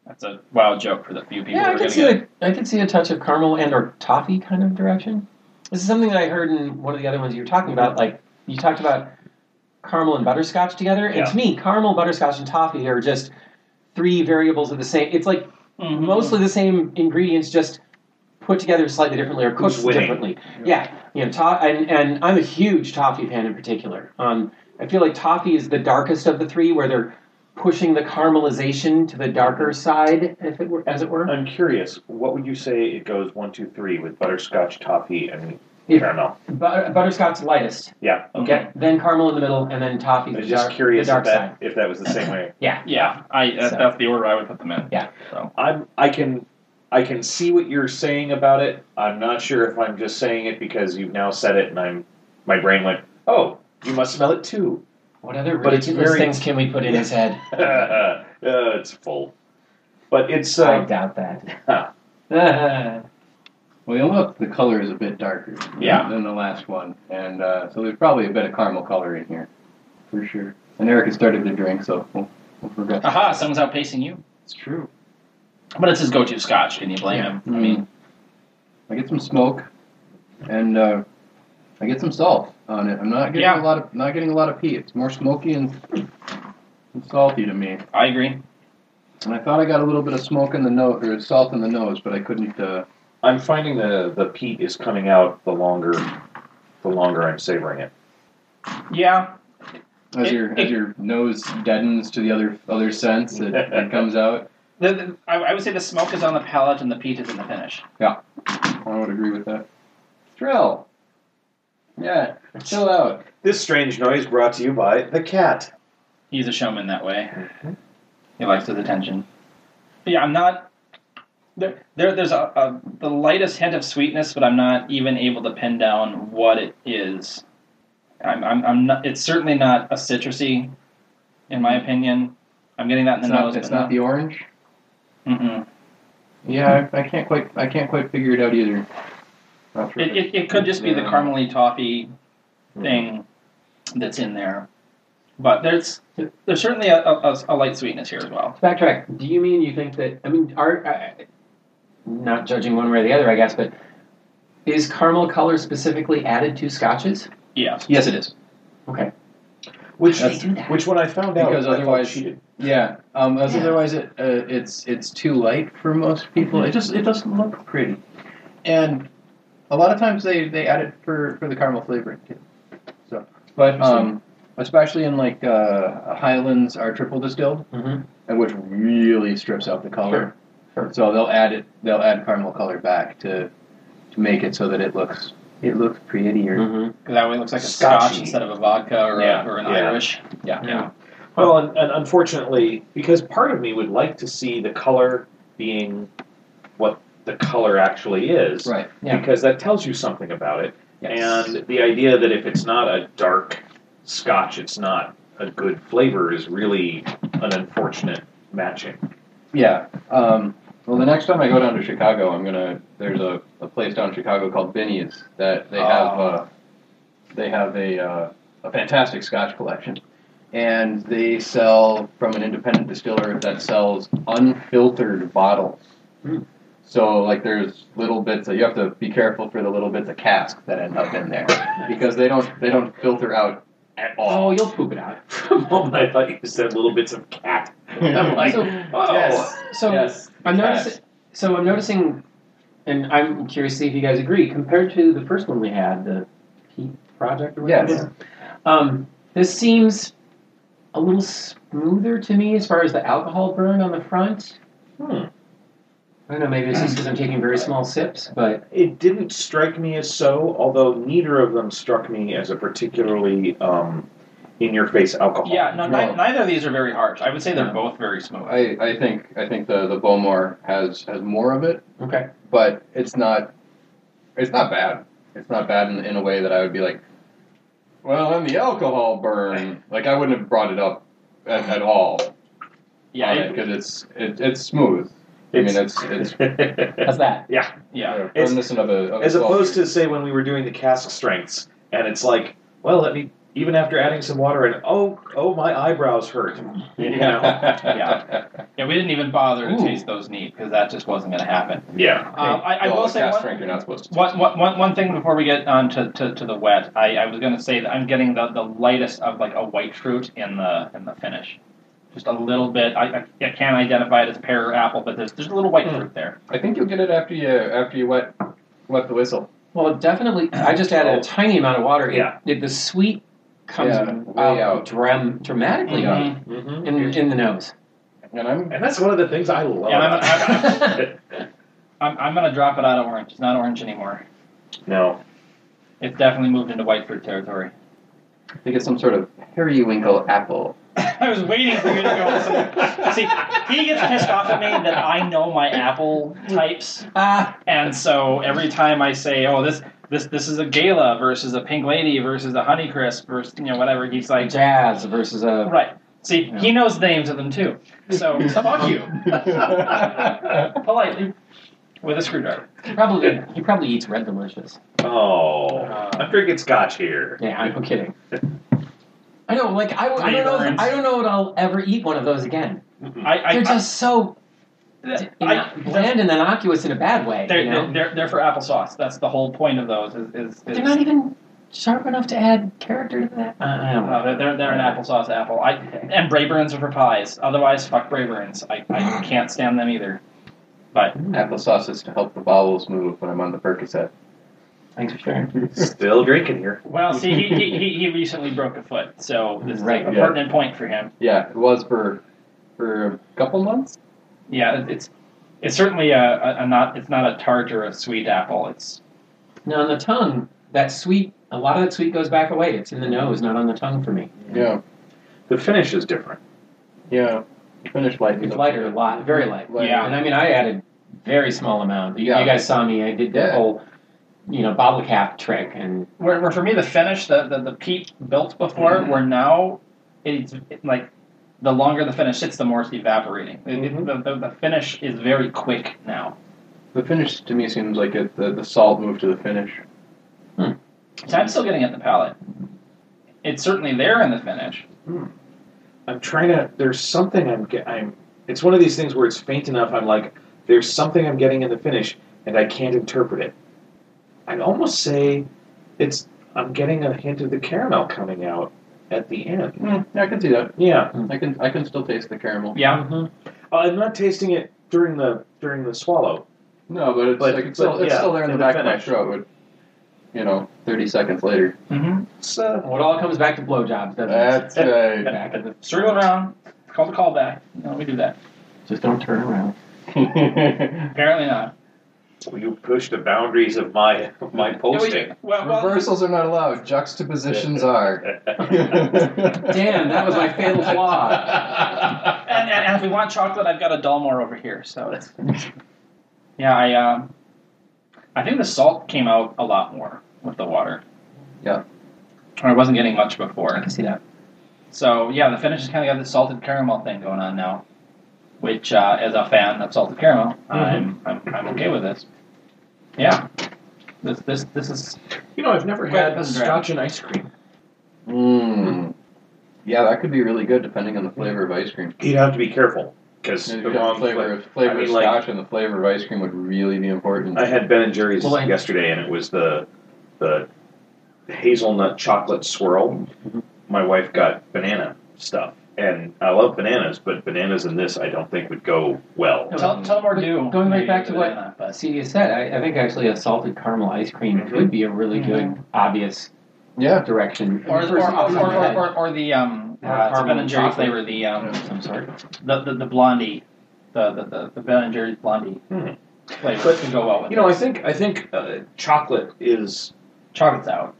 That's a wild joke for the few people yeah, who I are could going see to get it. a, I could see a touch of caramel and or toffee kind of direction. This is something that I heard in one of the other ones you were talking about. Like you talked about caramel and butterscotch together, and Yeah. to me, caramel, butterscotch, and toffee are just three variables of the same. It's like Mm-hmm. mostly the same ingredients, just put together slightly differently or cooked Who's winning? differently. Yeah, you know, to- and and I'm a huge toffee fan in particular. Um, I feel like toffee is the darkest of the three, where they're pushing the caramelization to the darker side, if it were, as it were. I'm curious. What would you say it goes one two three with butterscotch toffee and Yeah. caramel? Butter, butterscotch lightest, Yeah. okay, then caramel in the middle, and then toffee. I the was just dark, curious the dark if that side. if that was the same way. Yeah, I that, So- that's the order I would put them in. Yeah. So I'm I can I can see what you're saying about it. I'm not sure if I'm just saying it because you've now said it and I'm my brain went, "Oh, you must smell it too." [laughs] What other But it's ridiculous very- things can we put in [laughs] his head? uh, it's full. But it's I uh, doubt [laughs] [laughs] that. Well, you look, the color is a bit darker than- Yeah. than the last one. And uh, so there's probably a bit of caramel color in here, for sure. And Eric has started to drink, so we'll, we'll [laughs] progress. aha, someone's outpacing you. It's true. But it's his go-to scotch. Can you blame him? I mean, I get some smoke, and uh, I get some salt on it. I'm not getting Yeah. a lot of not getting a lot of peat. It's more smoky and, and salty to me. I agree. And I thought I got a little bit of smoke in the nose or salt in the nose, but I couldn't. Uh, I'm finding the the peat is coming out the longer the longer I'm savoring it. Yeah, as It- your it- as your nose deadens to the other other scents, it, it [laughs] comes out. the, the, I, I would say the smoke is on the palate and the peat is in the finish. I would agree with that. Drill. Yeah, chill out. This strange noise brought to you by the cat. He's a showman that way. Mm-hmm. He likes his attention. But yeah, I'm not. There, there there's a, a the lightest hint of sweetness, but I'm not even able to pin down what it is. I'm, I'm, I'm not. It's certainly not a citrusy, in my opinion. I'm getting that in It's the not, nose. it's but not the orange. mm-mm. Yeah, I, I can't quite I can't quite figure it out either. Not sure. It, it, it could just be the Yeah. Mm-hmm. caramely toffee thing that's in there, but there's there's certainly a, a, a- a light sweetness here as well. To backtrack, do you mean you think that? I mean, are I, not judging one way or the other, I guess, but is caramel color specifically added to scotches? Yeah. yes, it is. Okay, Which That's- which when I found out Because I thought otherwise- cheated. Yeah. Um, as Yeah. Otherwise, it uh, it's it's too light for most people. Mm-hmm. It just it doesn't look pretty, and a lot of times they they add it for for the caramel flavoring too. So, but um, especially in like uh, Highlands are triple distilled, Mhm. and which really strips out the color. Sure. Sure. So they'll add it. They'll add caramel color back to to make it so that it looks it looks prettier. mm-hmm. That way it looks like a scotch Scotchy. instead of a vodka or, a- Yeah, or an yeah. Irish. Well, and, and unfortunately, because part of me would like to see the color being what the color actually is, Right. Yeah. because that tells you something about it. And the idea that if it's not a dark scotch, it's not a good flavor is really an unfortunate matching. Yeah. Um, well, the next time I go down to Chicago, I'm gonna. There's a, a place down in Chicago called Binny's that they have. Ah. Uh, they have a uh, a fantastic Scotch collection, and they sell from an independent distiller that sells unfiltered bottles. Hmm. So like there's little bits that you have to be careful for the little bits of cask that end up in there because they don't they don't filter out at Oh, all. you'll poop it out. For a moment, I thought you said little bits of cat. I'm like, So- oh, Yes. So yes. I'm Yes. noticing. so I'm noticing, and I'm curious to see if you guys agree, compared to the first one we had, the Heat Project or whatever. Yes. Um, this seems a little smoother to me as far as the alcohol burn on the front. Hmm. I don't know, maybe it's just because I'm taking very small sips, but It didn't strike me as so, although neither of them struck me as a particularly um, in-your-face alcohol. Yeah, no, No. ni- neither of these are very harsh. I would say they're No. both very smooth. I, I think I think the the Bowmore has has more of it, okay. but it's not it's not bad. It's not bad in, in a way that I would be like, well, and the alcohol burn. Like I wouldn't have brought it up at, at all. yeah, it- because it's it, it's smooth. I mean, it's it's [laughs] That's that. yeah. It's- reminiscent of a of as a soft [laughs] opposed drink. to say when we were doing the cask strengths, and it's like, well, let me even after adding some water, and oh, oh, my eyebrows hurt. You know. [laughs] yeah. Yeah, we didn't even bother to Ooh. taste those neat because that just wasn't going to happen. yeah. Um, I, I Well, will a say cast one, drink you're not supposed to. One, one, one, one thing before we get on to, to, to the wet, I, I was going to say that I'm getting the, the lightest of like a white fruit in the in the finish. Just a little bit. I, I, I can't identify it as pear or apple, but there's, there's a little white Mm. fruit there. I think you'll get it after you after you wet wet the whistle. Well, definitely, I just added a tiny amount of water. It- Yeah. it- the sweet comes Yeah, out, way out. dram- dramatically Yeah. hmm in, in the nose. And I'm And that's one of the things I love. Yeah, I'm- about it. I'm, I'm going to drop it out of orange. It's not orange anymore. [laughs] no. It's definitely moved into white fruit territory. they get some sort of periwinkle apple. [laughs] I was waiting for you to go with something. See, he gets pissed off at me that I know my apple types. Ah, And so every time I say, "Oh, this this this is a gala versus a pink lady versus a honeycrisp versus you know whatever," he's like, jazz versus a "Right." See, he knows the names of them too. So fuck you, politely, with a screwdriver. probably he probably eats red delicious. [laughs] Oh, Uh, I'm drinking scotch here. Yeah, I'm no kidding. I know, like I, I don't know, if- Flavorings. I don't know if I'll ever eat one of those again. I, I, They're just so I, I- inno- bland and innocuous in a bad way. they're, you they're, know? they're, they're for applesauce. That's the whole point of those. Is, is, is They're not even sharp enough to add character to that. Uh, I don't know. uh, they're, they're, they're an applesauce apple. I and Brayburns are for pies. Otherwise, fuck Brayburns. I, I can't stand them either. Hmm. Applesauce is to help the bowels move when I'm on the Percocet. Thanks for sharing. Still drinking here. Well, see, he, he, he- he recently broke a foot, so this is Right, a yeah. pertinent point for him. Yeah, it was for for a couple months. Yeah, it- it's it's certainly a, a, a not it's not a tart or a sweet apple. It's Now on the tongue, that sweet, a lot of that sweet goes back away. It's in the nose, not on the tongue for me. Yeah, The finish is different. yeah. Finished light. It's lighter, a lot, very light. Yeah. And I mean, I added very small amount. You, Yeah. you guys saw me. I did the Yeah. whole, you know, bottle cap trick, and where, where for me the finish the the, the peat built before where now it's it, like the longer the finish sits the more it's evaporating. It- it- Mhm. the, the, the finish is very quick now. The finish to me seems like it, the the salt moved to the finish. So I'm still getting it in the palate. It's certainly there in the finish. I'm trying to. There's something I'm. ge- I'm. It's one of these things where it's faint enough. I'm like, there's something I'm getting in the finish, and I can't interpret it. I'd almost say, it's. I'm getting a hint of the caramel coming out at the end. Mm, yeah, I can see that. Yeah. I can I can still taste the caramel. Yeah. Uh, I'm not tasting it during the during the swallow. No, but it's But- like it's, still, but, it's yeah, still there in the in the back of my finish. throat. You know, thirty seconds [laughs] later. Mm-hmm. It's uh, well, it all comes back to blowjobs, doesn't it? [laughs] That's right. Back of the- Circle around. Call the callback. No, we do that. Just don't turn around. Apparently not. you push the boundaries of my my Yeah, we- posting. Well, well, Reversals are not allowed. Juxtapositions are. Damn, that was my fatal flaw. and, and, and if we want chocolate, I've got a Dalmore over here. So it's [laughs] yeah, I um, I think the salt came out a lot more with the water. Yeah. I wasn't getting much I before. can see that. So yeah, the finish has kind of got this salted caramel thing going on now, which uh, as a fan of salted caramel, I'm, Mm-hmm. I'm I'm okay with this. Yeah. This this this is You know, I've never Quite had pleasant, right? scotch and ice cream. Mmm. Yeah, that could be really good depending on the flavor of ice cream. You'd have to be careful because Maybe the the wrong flavor, of flavor I mean, of like- scotch and the flavor of ice cream would really be important. I had Ben and Jerry's Well, I- yesterday, and it was the the hazelnut chocolate swirl. My wife got banana stuff, and I love bananas, but bananas in this I don't think would go well. No. Tell, tell Mardu. Going right back to what- Banana, but- See, you said I, I think actually a salted caramel ice cream Mhm. could be a really good, obvious Yeah. direction. Or, or, First or, off, or, or, or, or the um, Or uh, it's a caramel Ben and Jerry chocolate. flavor, the um, some sort. the, the, the blondie, the, the, the, the Ben and Jerry's blondie Hmm. flavor But, can go well with You know, it. I think I think uh, chocolate is Chocolate's out.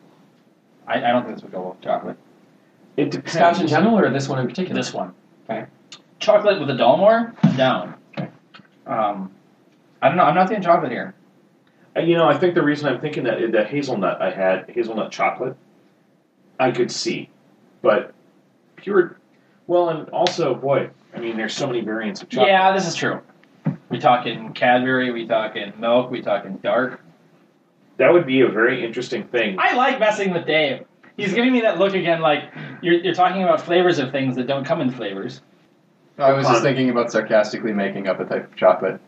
I, I don't think this would go well with chocolate. it depends. Scotch in general, or this one in particular. This one. Okay. Chocolate with a Dalmore? I'm down. Okay. Um, I don't know. I'm not seeing chocolate here. Uh, You know, I think the reason I'm thinking that the hazelnut I had hazelnut chocolate, I could see, but pure. Well, and also, boy, I mean, there's so many variants of chocolate. Yeah, this is true. We talking Cadbury, we talking milk, we talking dark. That would be a very interesting thing. I like messing with Dave. He's giving me that look again like you're, you're talking about flavors of things that don't come in flavors. I was just thinking about sarcastically making up a type of chocolate.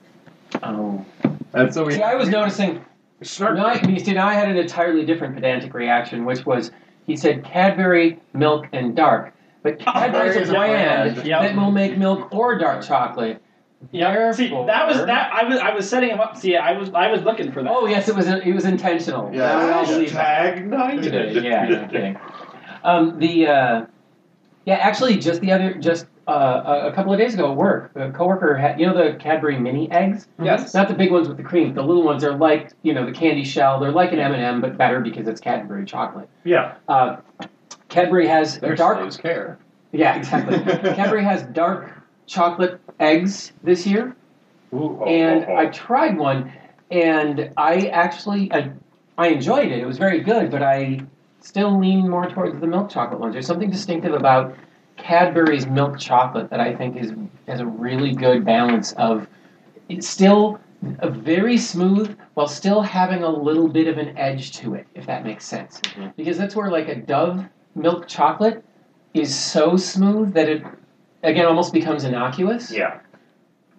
Oh. And so we. See, I was noticing. Snark- Now I, you see, now I had an entirely different pedantic reaction, which was he said Cadbury, milk, and dark. But Oh, Cadbury is a brand Yep. that will make milk or dark chocolate. Yeah. See, that was that. I was I was setting him up. See, I was I was looking for that. Oh yes, it was it was intentional. Yeah. I'll believe that. [laughs] Magnited. yeah, no kidding. Um, the uh, yeah, actually, just the other, just uh, a- a couple of days ago at work, a coworker had you know the Cadbury mini eggs. Yes. Not the big ones with the cream. The little ones are like you know the candy shell. They're like an M and m but better because it's Cadbury chocolate. Yeah. Uh, Cadbury has Their dark. slaves [laughs] care. Yeah, exactly. Cadbury has dark chocolate eggs this year Ooh, oh, and oh, oh. I tried one, and I actually I, I enjoyed it. It was very good, but I still lean more towards the milk chocolate ones. There's something distinctive about Cadbury's milk chocolate that I think is has a really good balance of it's still a very smooth while still having a little bit of an edge to it, if that makes sense. Mhm. Because that's where like a Dove milk chocolate is so smooth that it again almost becomes innocuous. yeah.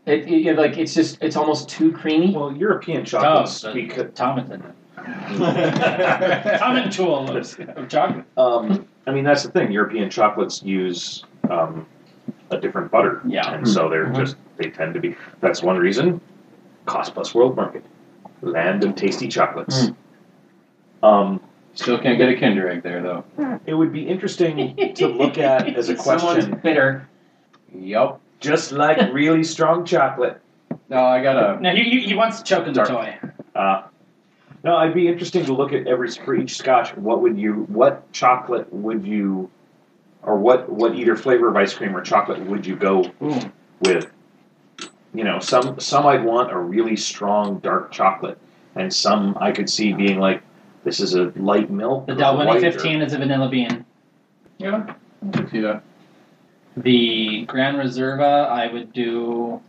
It, it- it- like it's just it's almost too creamy. Well, Oh, European chocolates Thomas, uh, because Thomas and Thomas tool [laughs] of, of chocolate. um, I mean that's the thing. European chocolates use um, a different butter, Yeah. and so they're Mhm. just they tend to be. That's one reason. Cost plus world market, land of tasty chocolates. Um, Still can't get a Kinder egg there though. it would be interesting to look at as a question, Someone's bitter. Yup. just like really strong chocolate. No, I gotta. No, he, he, he wants to choke on the Dark. toy. Uh, no, it'd be interesting to look at every for each scotch. What would you? What chocolate would you, or what what either flavor of ice cream or chocolate would you go Ooh. with? You know, some some I'd want a really strong dark chocolate, and some I could see being like this is a light milk. The or Del white or- 2015 is a vanilla bean. Yeah. I can see that. The Grand Reserva, I would do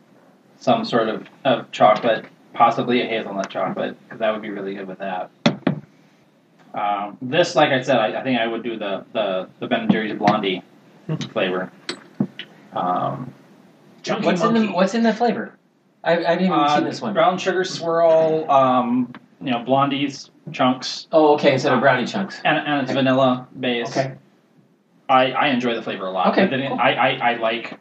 some sort of, of chocolate, possibly a hazelnut chocolate, because that would be really good with that. Um, this, like I said, I, I think I would do the, the, the Ben and Jerry's Blondie flavor. Um, Junkie What's in the monkey. What's in the flavor? I, I haven't even uh, seen this one. Brown sugar swirl, um, you know, blondies, chunks, Oh, okay. Instead of brownie chunks. and, and it's vanilla base. Okay. I, I enjoy the flavor a lot. Okay, I, didn't- cool. I, I, I like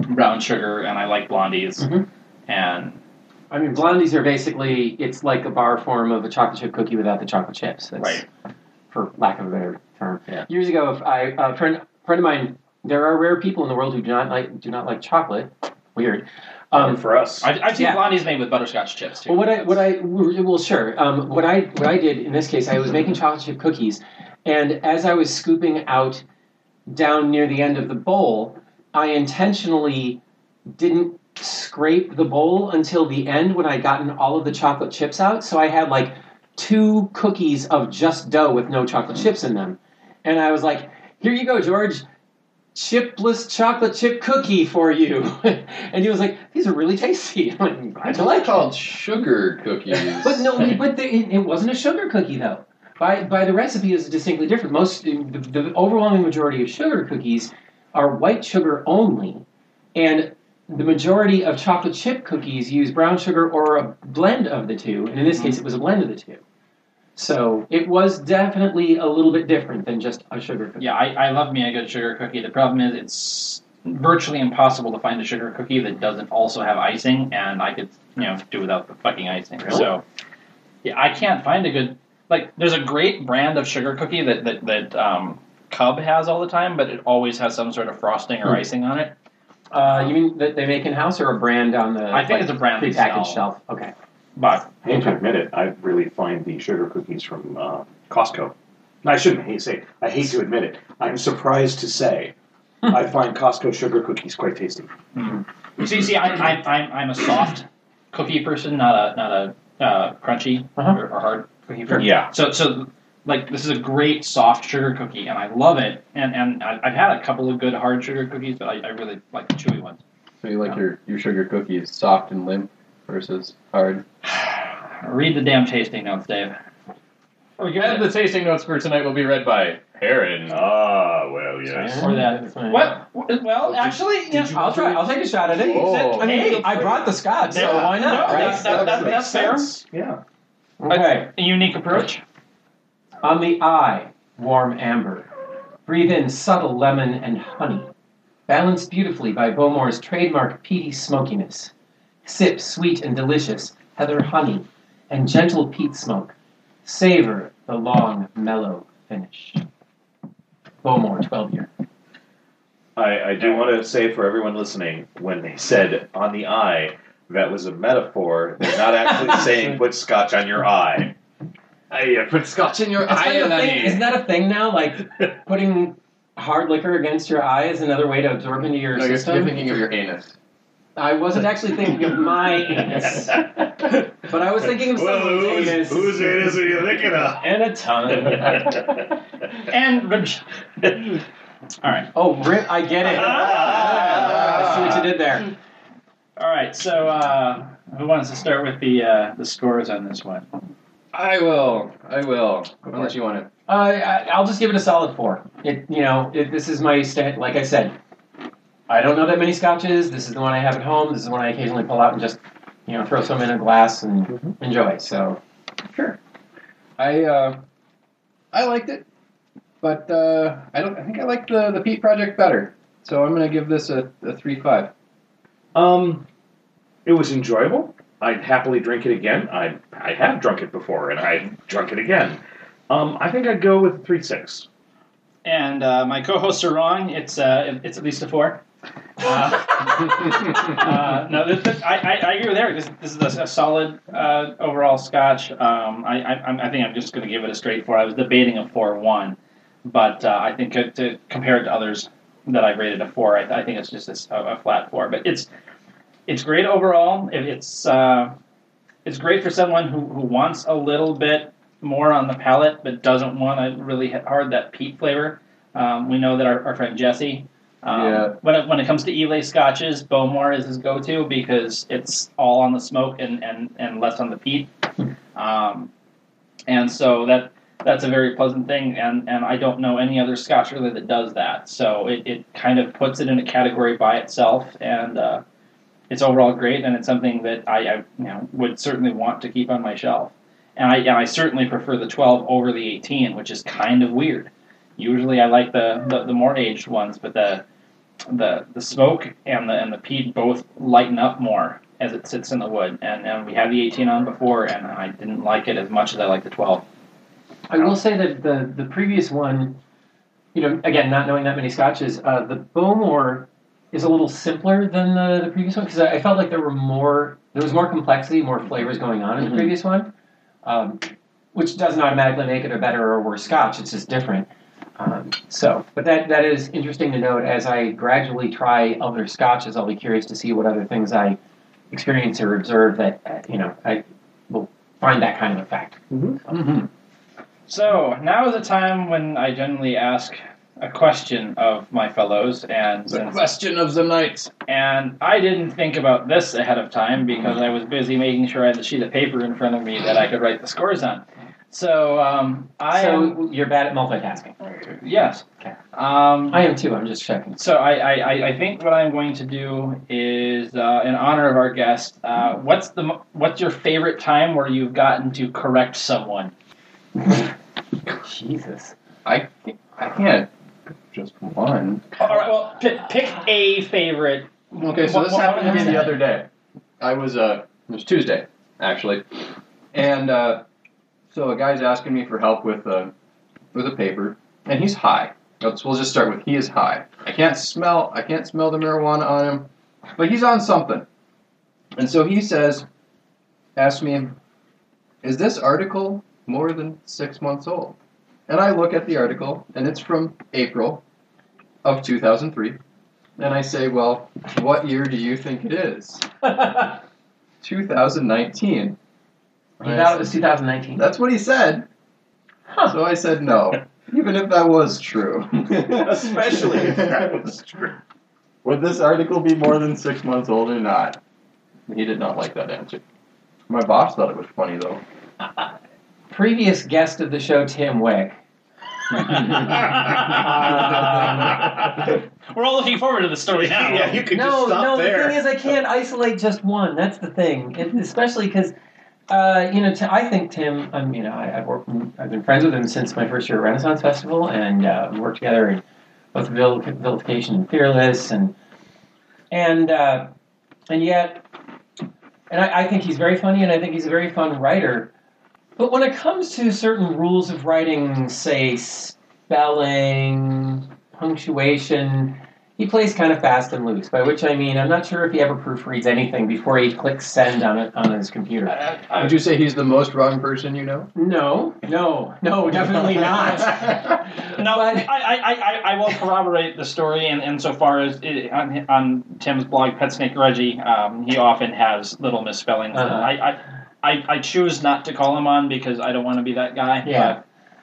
brown sugar and I like blondies. Mhm. And I mean, blondies are basically it's like a bar form of a chocolate chip cookie without the chocolate chips. That's, right. For lack of a better term. Yeah. Years ago, if I a friend friend of mine. There are rare people in the world who do not like do not like chocolate. Weird. Um, for us? I, I've seen Yeah. blondies made with butterscotch chips too. Well, what I what I well sure. Um, what I what I did in this case, I was making chocolate chip cookies, and as I was scooping out down near the end of the bowl, I intentionally didn't scrape the bowl until the end when I gotten all of the chocolate chips out. So I had like two cookies of just dough with no chocolate chips in them, and I was like, "Here you go, George." Chipless chocolate chip cookie for you, [laughs] and he was like, "These are really tasty." [laughs] I'm like, "I'm glad you like like called sugar cookies. but no, [laughs] we- but the, it, it wasn't a sugar cookie though. By by the recipe is distinctly different. Most the, the overwhelming majority of sugar cookies are white sugar only, and the majority of chocolate chip cookies use brown sugar or a blend of the two. And in this case, it was a blend of the two. So it was definitely a little bit different than just a sugar cookie. Yeah, I, I love me a good sugar cookie. The problem is it's virtually impossible to find a sugar cookie that doesn't also have icing, and I could you know do without the fucking icing. Really? So yeah, I can't find a good like. There's a great brand of sugar cookie that that that um, Cub has all the time, but it always has some sort of frosting or Hmm. icing on it. Uh, you mean that they make in house or a brand on the I think like, it's a brand they prepackaged sell. shelf? Okay. But I hate to admit it, I really find the sugar cookies from uh, Costco. No, I shouldn't hate say. I hate to admit it. I'm surprised to say Hmm. I find Costco sugar cookies quite tasty. see, see, I, I, I'm I'm a soft cookie person, not a not a uh, crunchy Uh-huh. or, or hard cookie person. Yeah. So, so like this is a great soft sugar cookie, and I love it. And and I, I've had a couple of good hard sugar cookies, but I, I really like the chewy ones. So you like your, your sugar cookies soft and limp versus hard. Read the damn tasting notes, Dave. Oh, And the tasting notes for tonight will be read by Aaron. Ah, well, Or that- Mm-hmm. That's fine. What? Well, did- actually, did yeah. you- I'll try. I'll take a shot at it. Whoa. I mean, Hey, Oh. I brought the scotch, so Yeah. why not? No, right? that's- that- that- that's fair. Yeah. Okay. A unique approach. On the eye, warm amber. Breathe in subtle lemon and honey. Balanced beautifully by Bowmore's trademark peaty smokiness. Sip sweet and delicious heather honey and gentle peat smoke. Savor the long, mellow finish. Bowmore, 12 year. I, I do want to say for everyone listening, when they said on the eye, that was a metaphor. They're not actually saying put scotch on your eye. Hey, uh, put scotch in your That's eye, kind of a thing- Isn't Lenny. that a thing now? Like putting hard liquor against your eye is another way to absorb into your No, you're, system? you're thinking of your anus. I wasn't actually thinking of my [laughs] anus, well, but I was thinking of someone's whose anus. whose anus are you thinking of? and a ton. And [laughs] [laughs] all right, [laughs] oh, ri I get it. I see what you did there. all right. So, uh, who wants to start with the uh, the scores on this one? I will. I will. for Unless you want Uh, I, I'll just give it a solid four. It, you know, it, this is my stand. Like I said, I don't know that many scotches. This is the one I have at home. This is the one I occasionally pull out and just, you know, throw some in a glass and Mhm. enjoy. So, sure. to. I uh, I liked it, but uh, I don't. I think I like the the Pete Project better. So I'm gonna give this a, a three five. Um, it was enjoyable. I'd happily drink it again. I I have drunk it before, and I've drunk it again. Um, I think I'd go with three six. And uh, my co-hosts are wrong. It's uh, it's at least a four. Uh, uh, no, this, this, I, I, I agree with Eric. This, this is a, a solid uh, overall Scotch. Um, I, I, I'm- I think I'm just going to give it a straight four. I was debating a four one, but uh, I think to, to compare it to others that I've rated a four, I, I think it's just a s- a, a flat four. But it's it's great overall. It, it's uh, it's great for someone who, who wants a little bit more on the palate, but doesn't want to really hit hard that peat flavor. Um, we know that our, our friend Jesse. Um, Yeah. When it, when it comes to Elay scotches, Bowmore is his go-to because it's all on the smoke and, and, and less on the peat. Um, and so that that's a very pleasant thing, and, and I don't know any other scotch really that does that. So it, it kind of puts it in a category by itself, and uh, it's overall great, and it's something that I, I you know, would certainly want to keep on my shelf. And I, and I certainly prefer the 12 over the 18, which is kind of weird. Usually I like the, the, the more aged ones, but the, the the smoke and the and the peat both lighten up more as it sits in the wood. And, and we had the 18 on before, and I didn't like it as much as I like the 12. I will say that the the previous one, you know, again, not knowing that many scotches, uh, the Bowmore is a little simpler than the, the previous one because I, I felt like there were more, there was more complexity, more flavors going on in the Mhm. previous one, um, which doesn't automatically make it a better or worse scotch. It's just different. Um, so, but that that is interesting to note. As I gradually try other scotches, I'll be curious to see what other things I experience or observe that uh, you know I will find that kind of effect. So now is the time when I generally ask a question of my fellows, and The since question of the night. And I didn't think about this ahead of time because I was busy making sure I had the sheet of paper in front of me that I could write the scores on. So um, I am, so you're bad at multitasking. yes. Okay. Um, I am too. I'm just checking. so I, I, I- I think what I'm going to do is uh, in honor of our guest. Uh, what's the mo- what's your favorite time where you've gotten to correct someone? Jesus. I can't, I can't just one. All right, well, pick, pick a [laughs] favorite. Okay, so What- this what- happened to what me the happened? other day. I was uh, it was Tuesday actually, and uh, so a guy's asking me for help with uh, with a paper, and he's high. Let's, we'll just start with he is high. I can't smell. I can't smell the marijuana on him, but he's on something. And so he says, asks me, is this article more than six months old? And I look at the article, and it's from April of 2003. And I say, well, what year do you think it is? 2019. He thought it was 2019. That's what he said. So I said [laughs] no, even if that was true. Especially if [laughs] that was true. [laughs] Would this article be more than six months old or not? He did not like that answer. My boss thought it was funny though. Previous guest of the show, Tim Wick. We're all looking forward to the story now. yeah, you could just no, stop no. there. The thing is, I can't isolate just one. That's the thing, and especially because, uh, you know, Ti- I think Tim. I'm, you know, I, I've worked, I've been friends with him since my first year at Renaissance Festival, and uh, we worked together in both Vil- Vilification and Fearless, and and uh, and yet, and I, I think he's very funny, and I think he's a very fun writer. But when it comes to certain rules of writing, say spelling, punctuation, he plays kind of fast and loose, by which I mean I'm not sure if he ever proofreads anything before he clicks send on it on his Uh, computer. Would you say he's the most wrong person you know? No, no, no, [laughs] definitely not. No, I, But- I, I, I- I will corroborate the story in, insofar as it, on, on Tim's blog, Pet Snake Reggie, um, he often has little misspellings. Uh-huh. I, I, I, I choose not to call him on because I don't want to be that guy. [laughs] Yeah.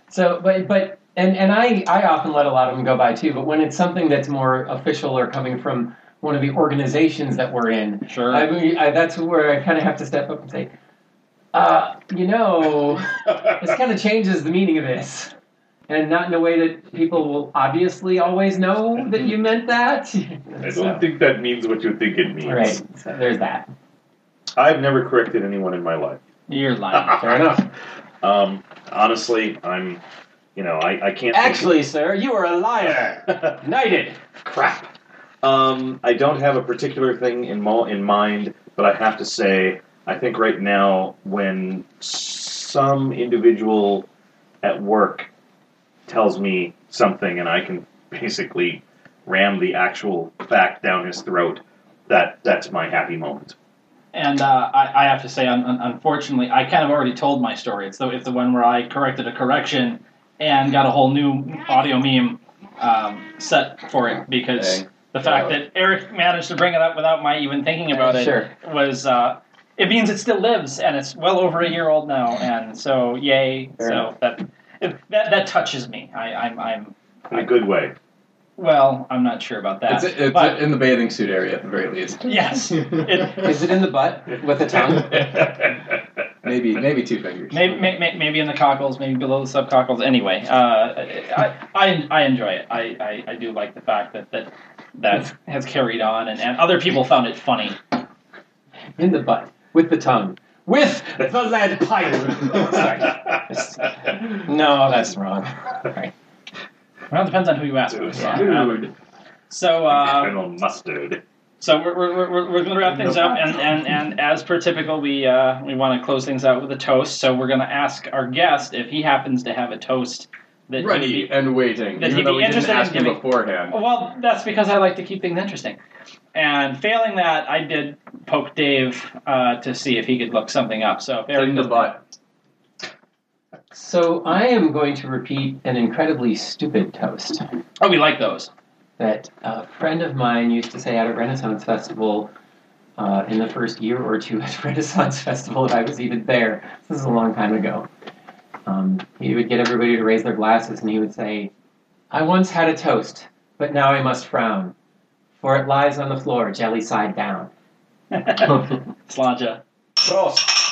So, but but and and I I often let a lot of them go by too. But when it's something that's more official or coming from one of the organizations that we're in, but sure. I mean, I, that's where I kind of have to step up and say, uh, you know, this kind of changes the meaning of this. And not in a way that people will obviously always know that you meant that. [laughs] I don't So, think that means what you think it means. right. So there's that. I've never corrected anyone in my life. You're [laughs] lying. Fair enough. Um, honestly, I'm, you know, I, I can't. think- [laughs] [laughs] Actually, sir, you are a liar. Knighted. crap. Um, I don't have a particular thing in mo- in mind, but I have to say, I think right now when some individual at work tells me something and I can basically ram the actual fact down his throat, that that's my happy moment. And uh, I, I have to say, un- un- unfortunately, I kind of already told my story. It's the, it's the one where I corrected a correction and got a whole new audio meme um, set for it because Dang. the fact Yeah. that Eric managed to bring it up without my even thinking about it Sure. was uh, it means it still lives and it's well over a year old now. And so, yay! Fair so that, it, that that touches me. I, I'm I'm In a good way. well, I'm not sure about that. It's, it's but in the bathing suit area at the very least. yes, it- Is it in the butt with [laughs] a tongue? maybe maybe two fingers. Maybe, maybe, maybe in the cockles, maybe below the subcockles. Anyway, uh, I, I I enjoy it. I, I, I do like the fact that that, that has carried on, and, and other people found it funny. In the butt with the tongue. With the lead [laughs] pipe. Sorry. No, that's wrong. Right. Well, it depends on who you ask. Dude. So uh, Colonel Mustard. so we're, we're, we're, we're going to wrap things up, and, and, and as per typical, we uh, we want to close things out with a toast. So we're going to ask our guest if he happens to have a toast that he would be- Ready and waiting. that he'd even though be we didn't interested in ask him giving- beforehand. Well, that's because I like to keep things interesting. And failing that, I did poke Dave uh, to see if he could look something up. So if Eric in the does- butt. So I am going to repeat an incredibly stupid toast. Oh, we like those. that a friend of mine used to say out at Renaissance Festival uh, in the first year or two at [laughs] Renaissance Festival that I was even there. This is a long time ago. Um, he would get everybody to raise their glasses and he would say, I once had a toast, but now I must frown, for it lies on the floor, jelly side down. Slaja. Toast.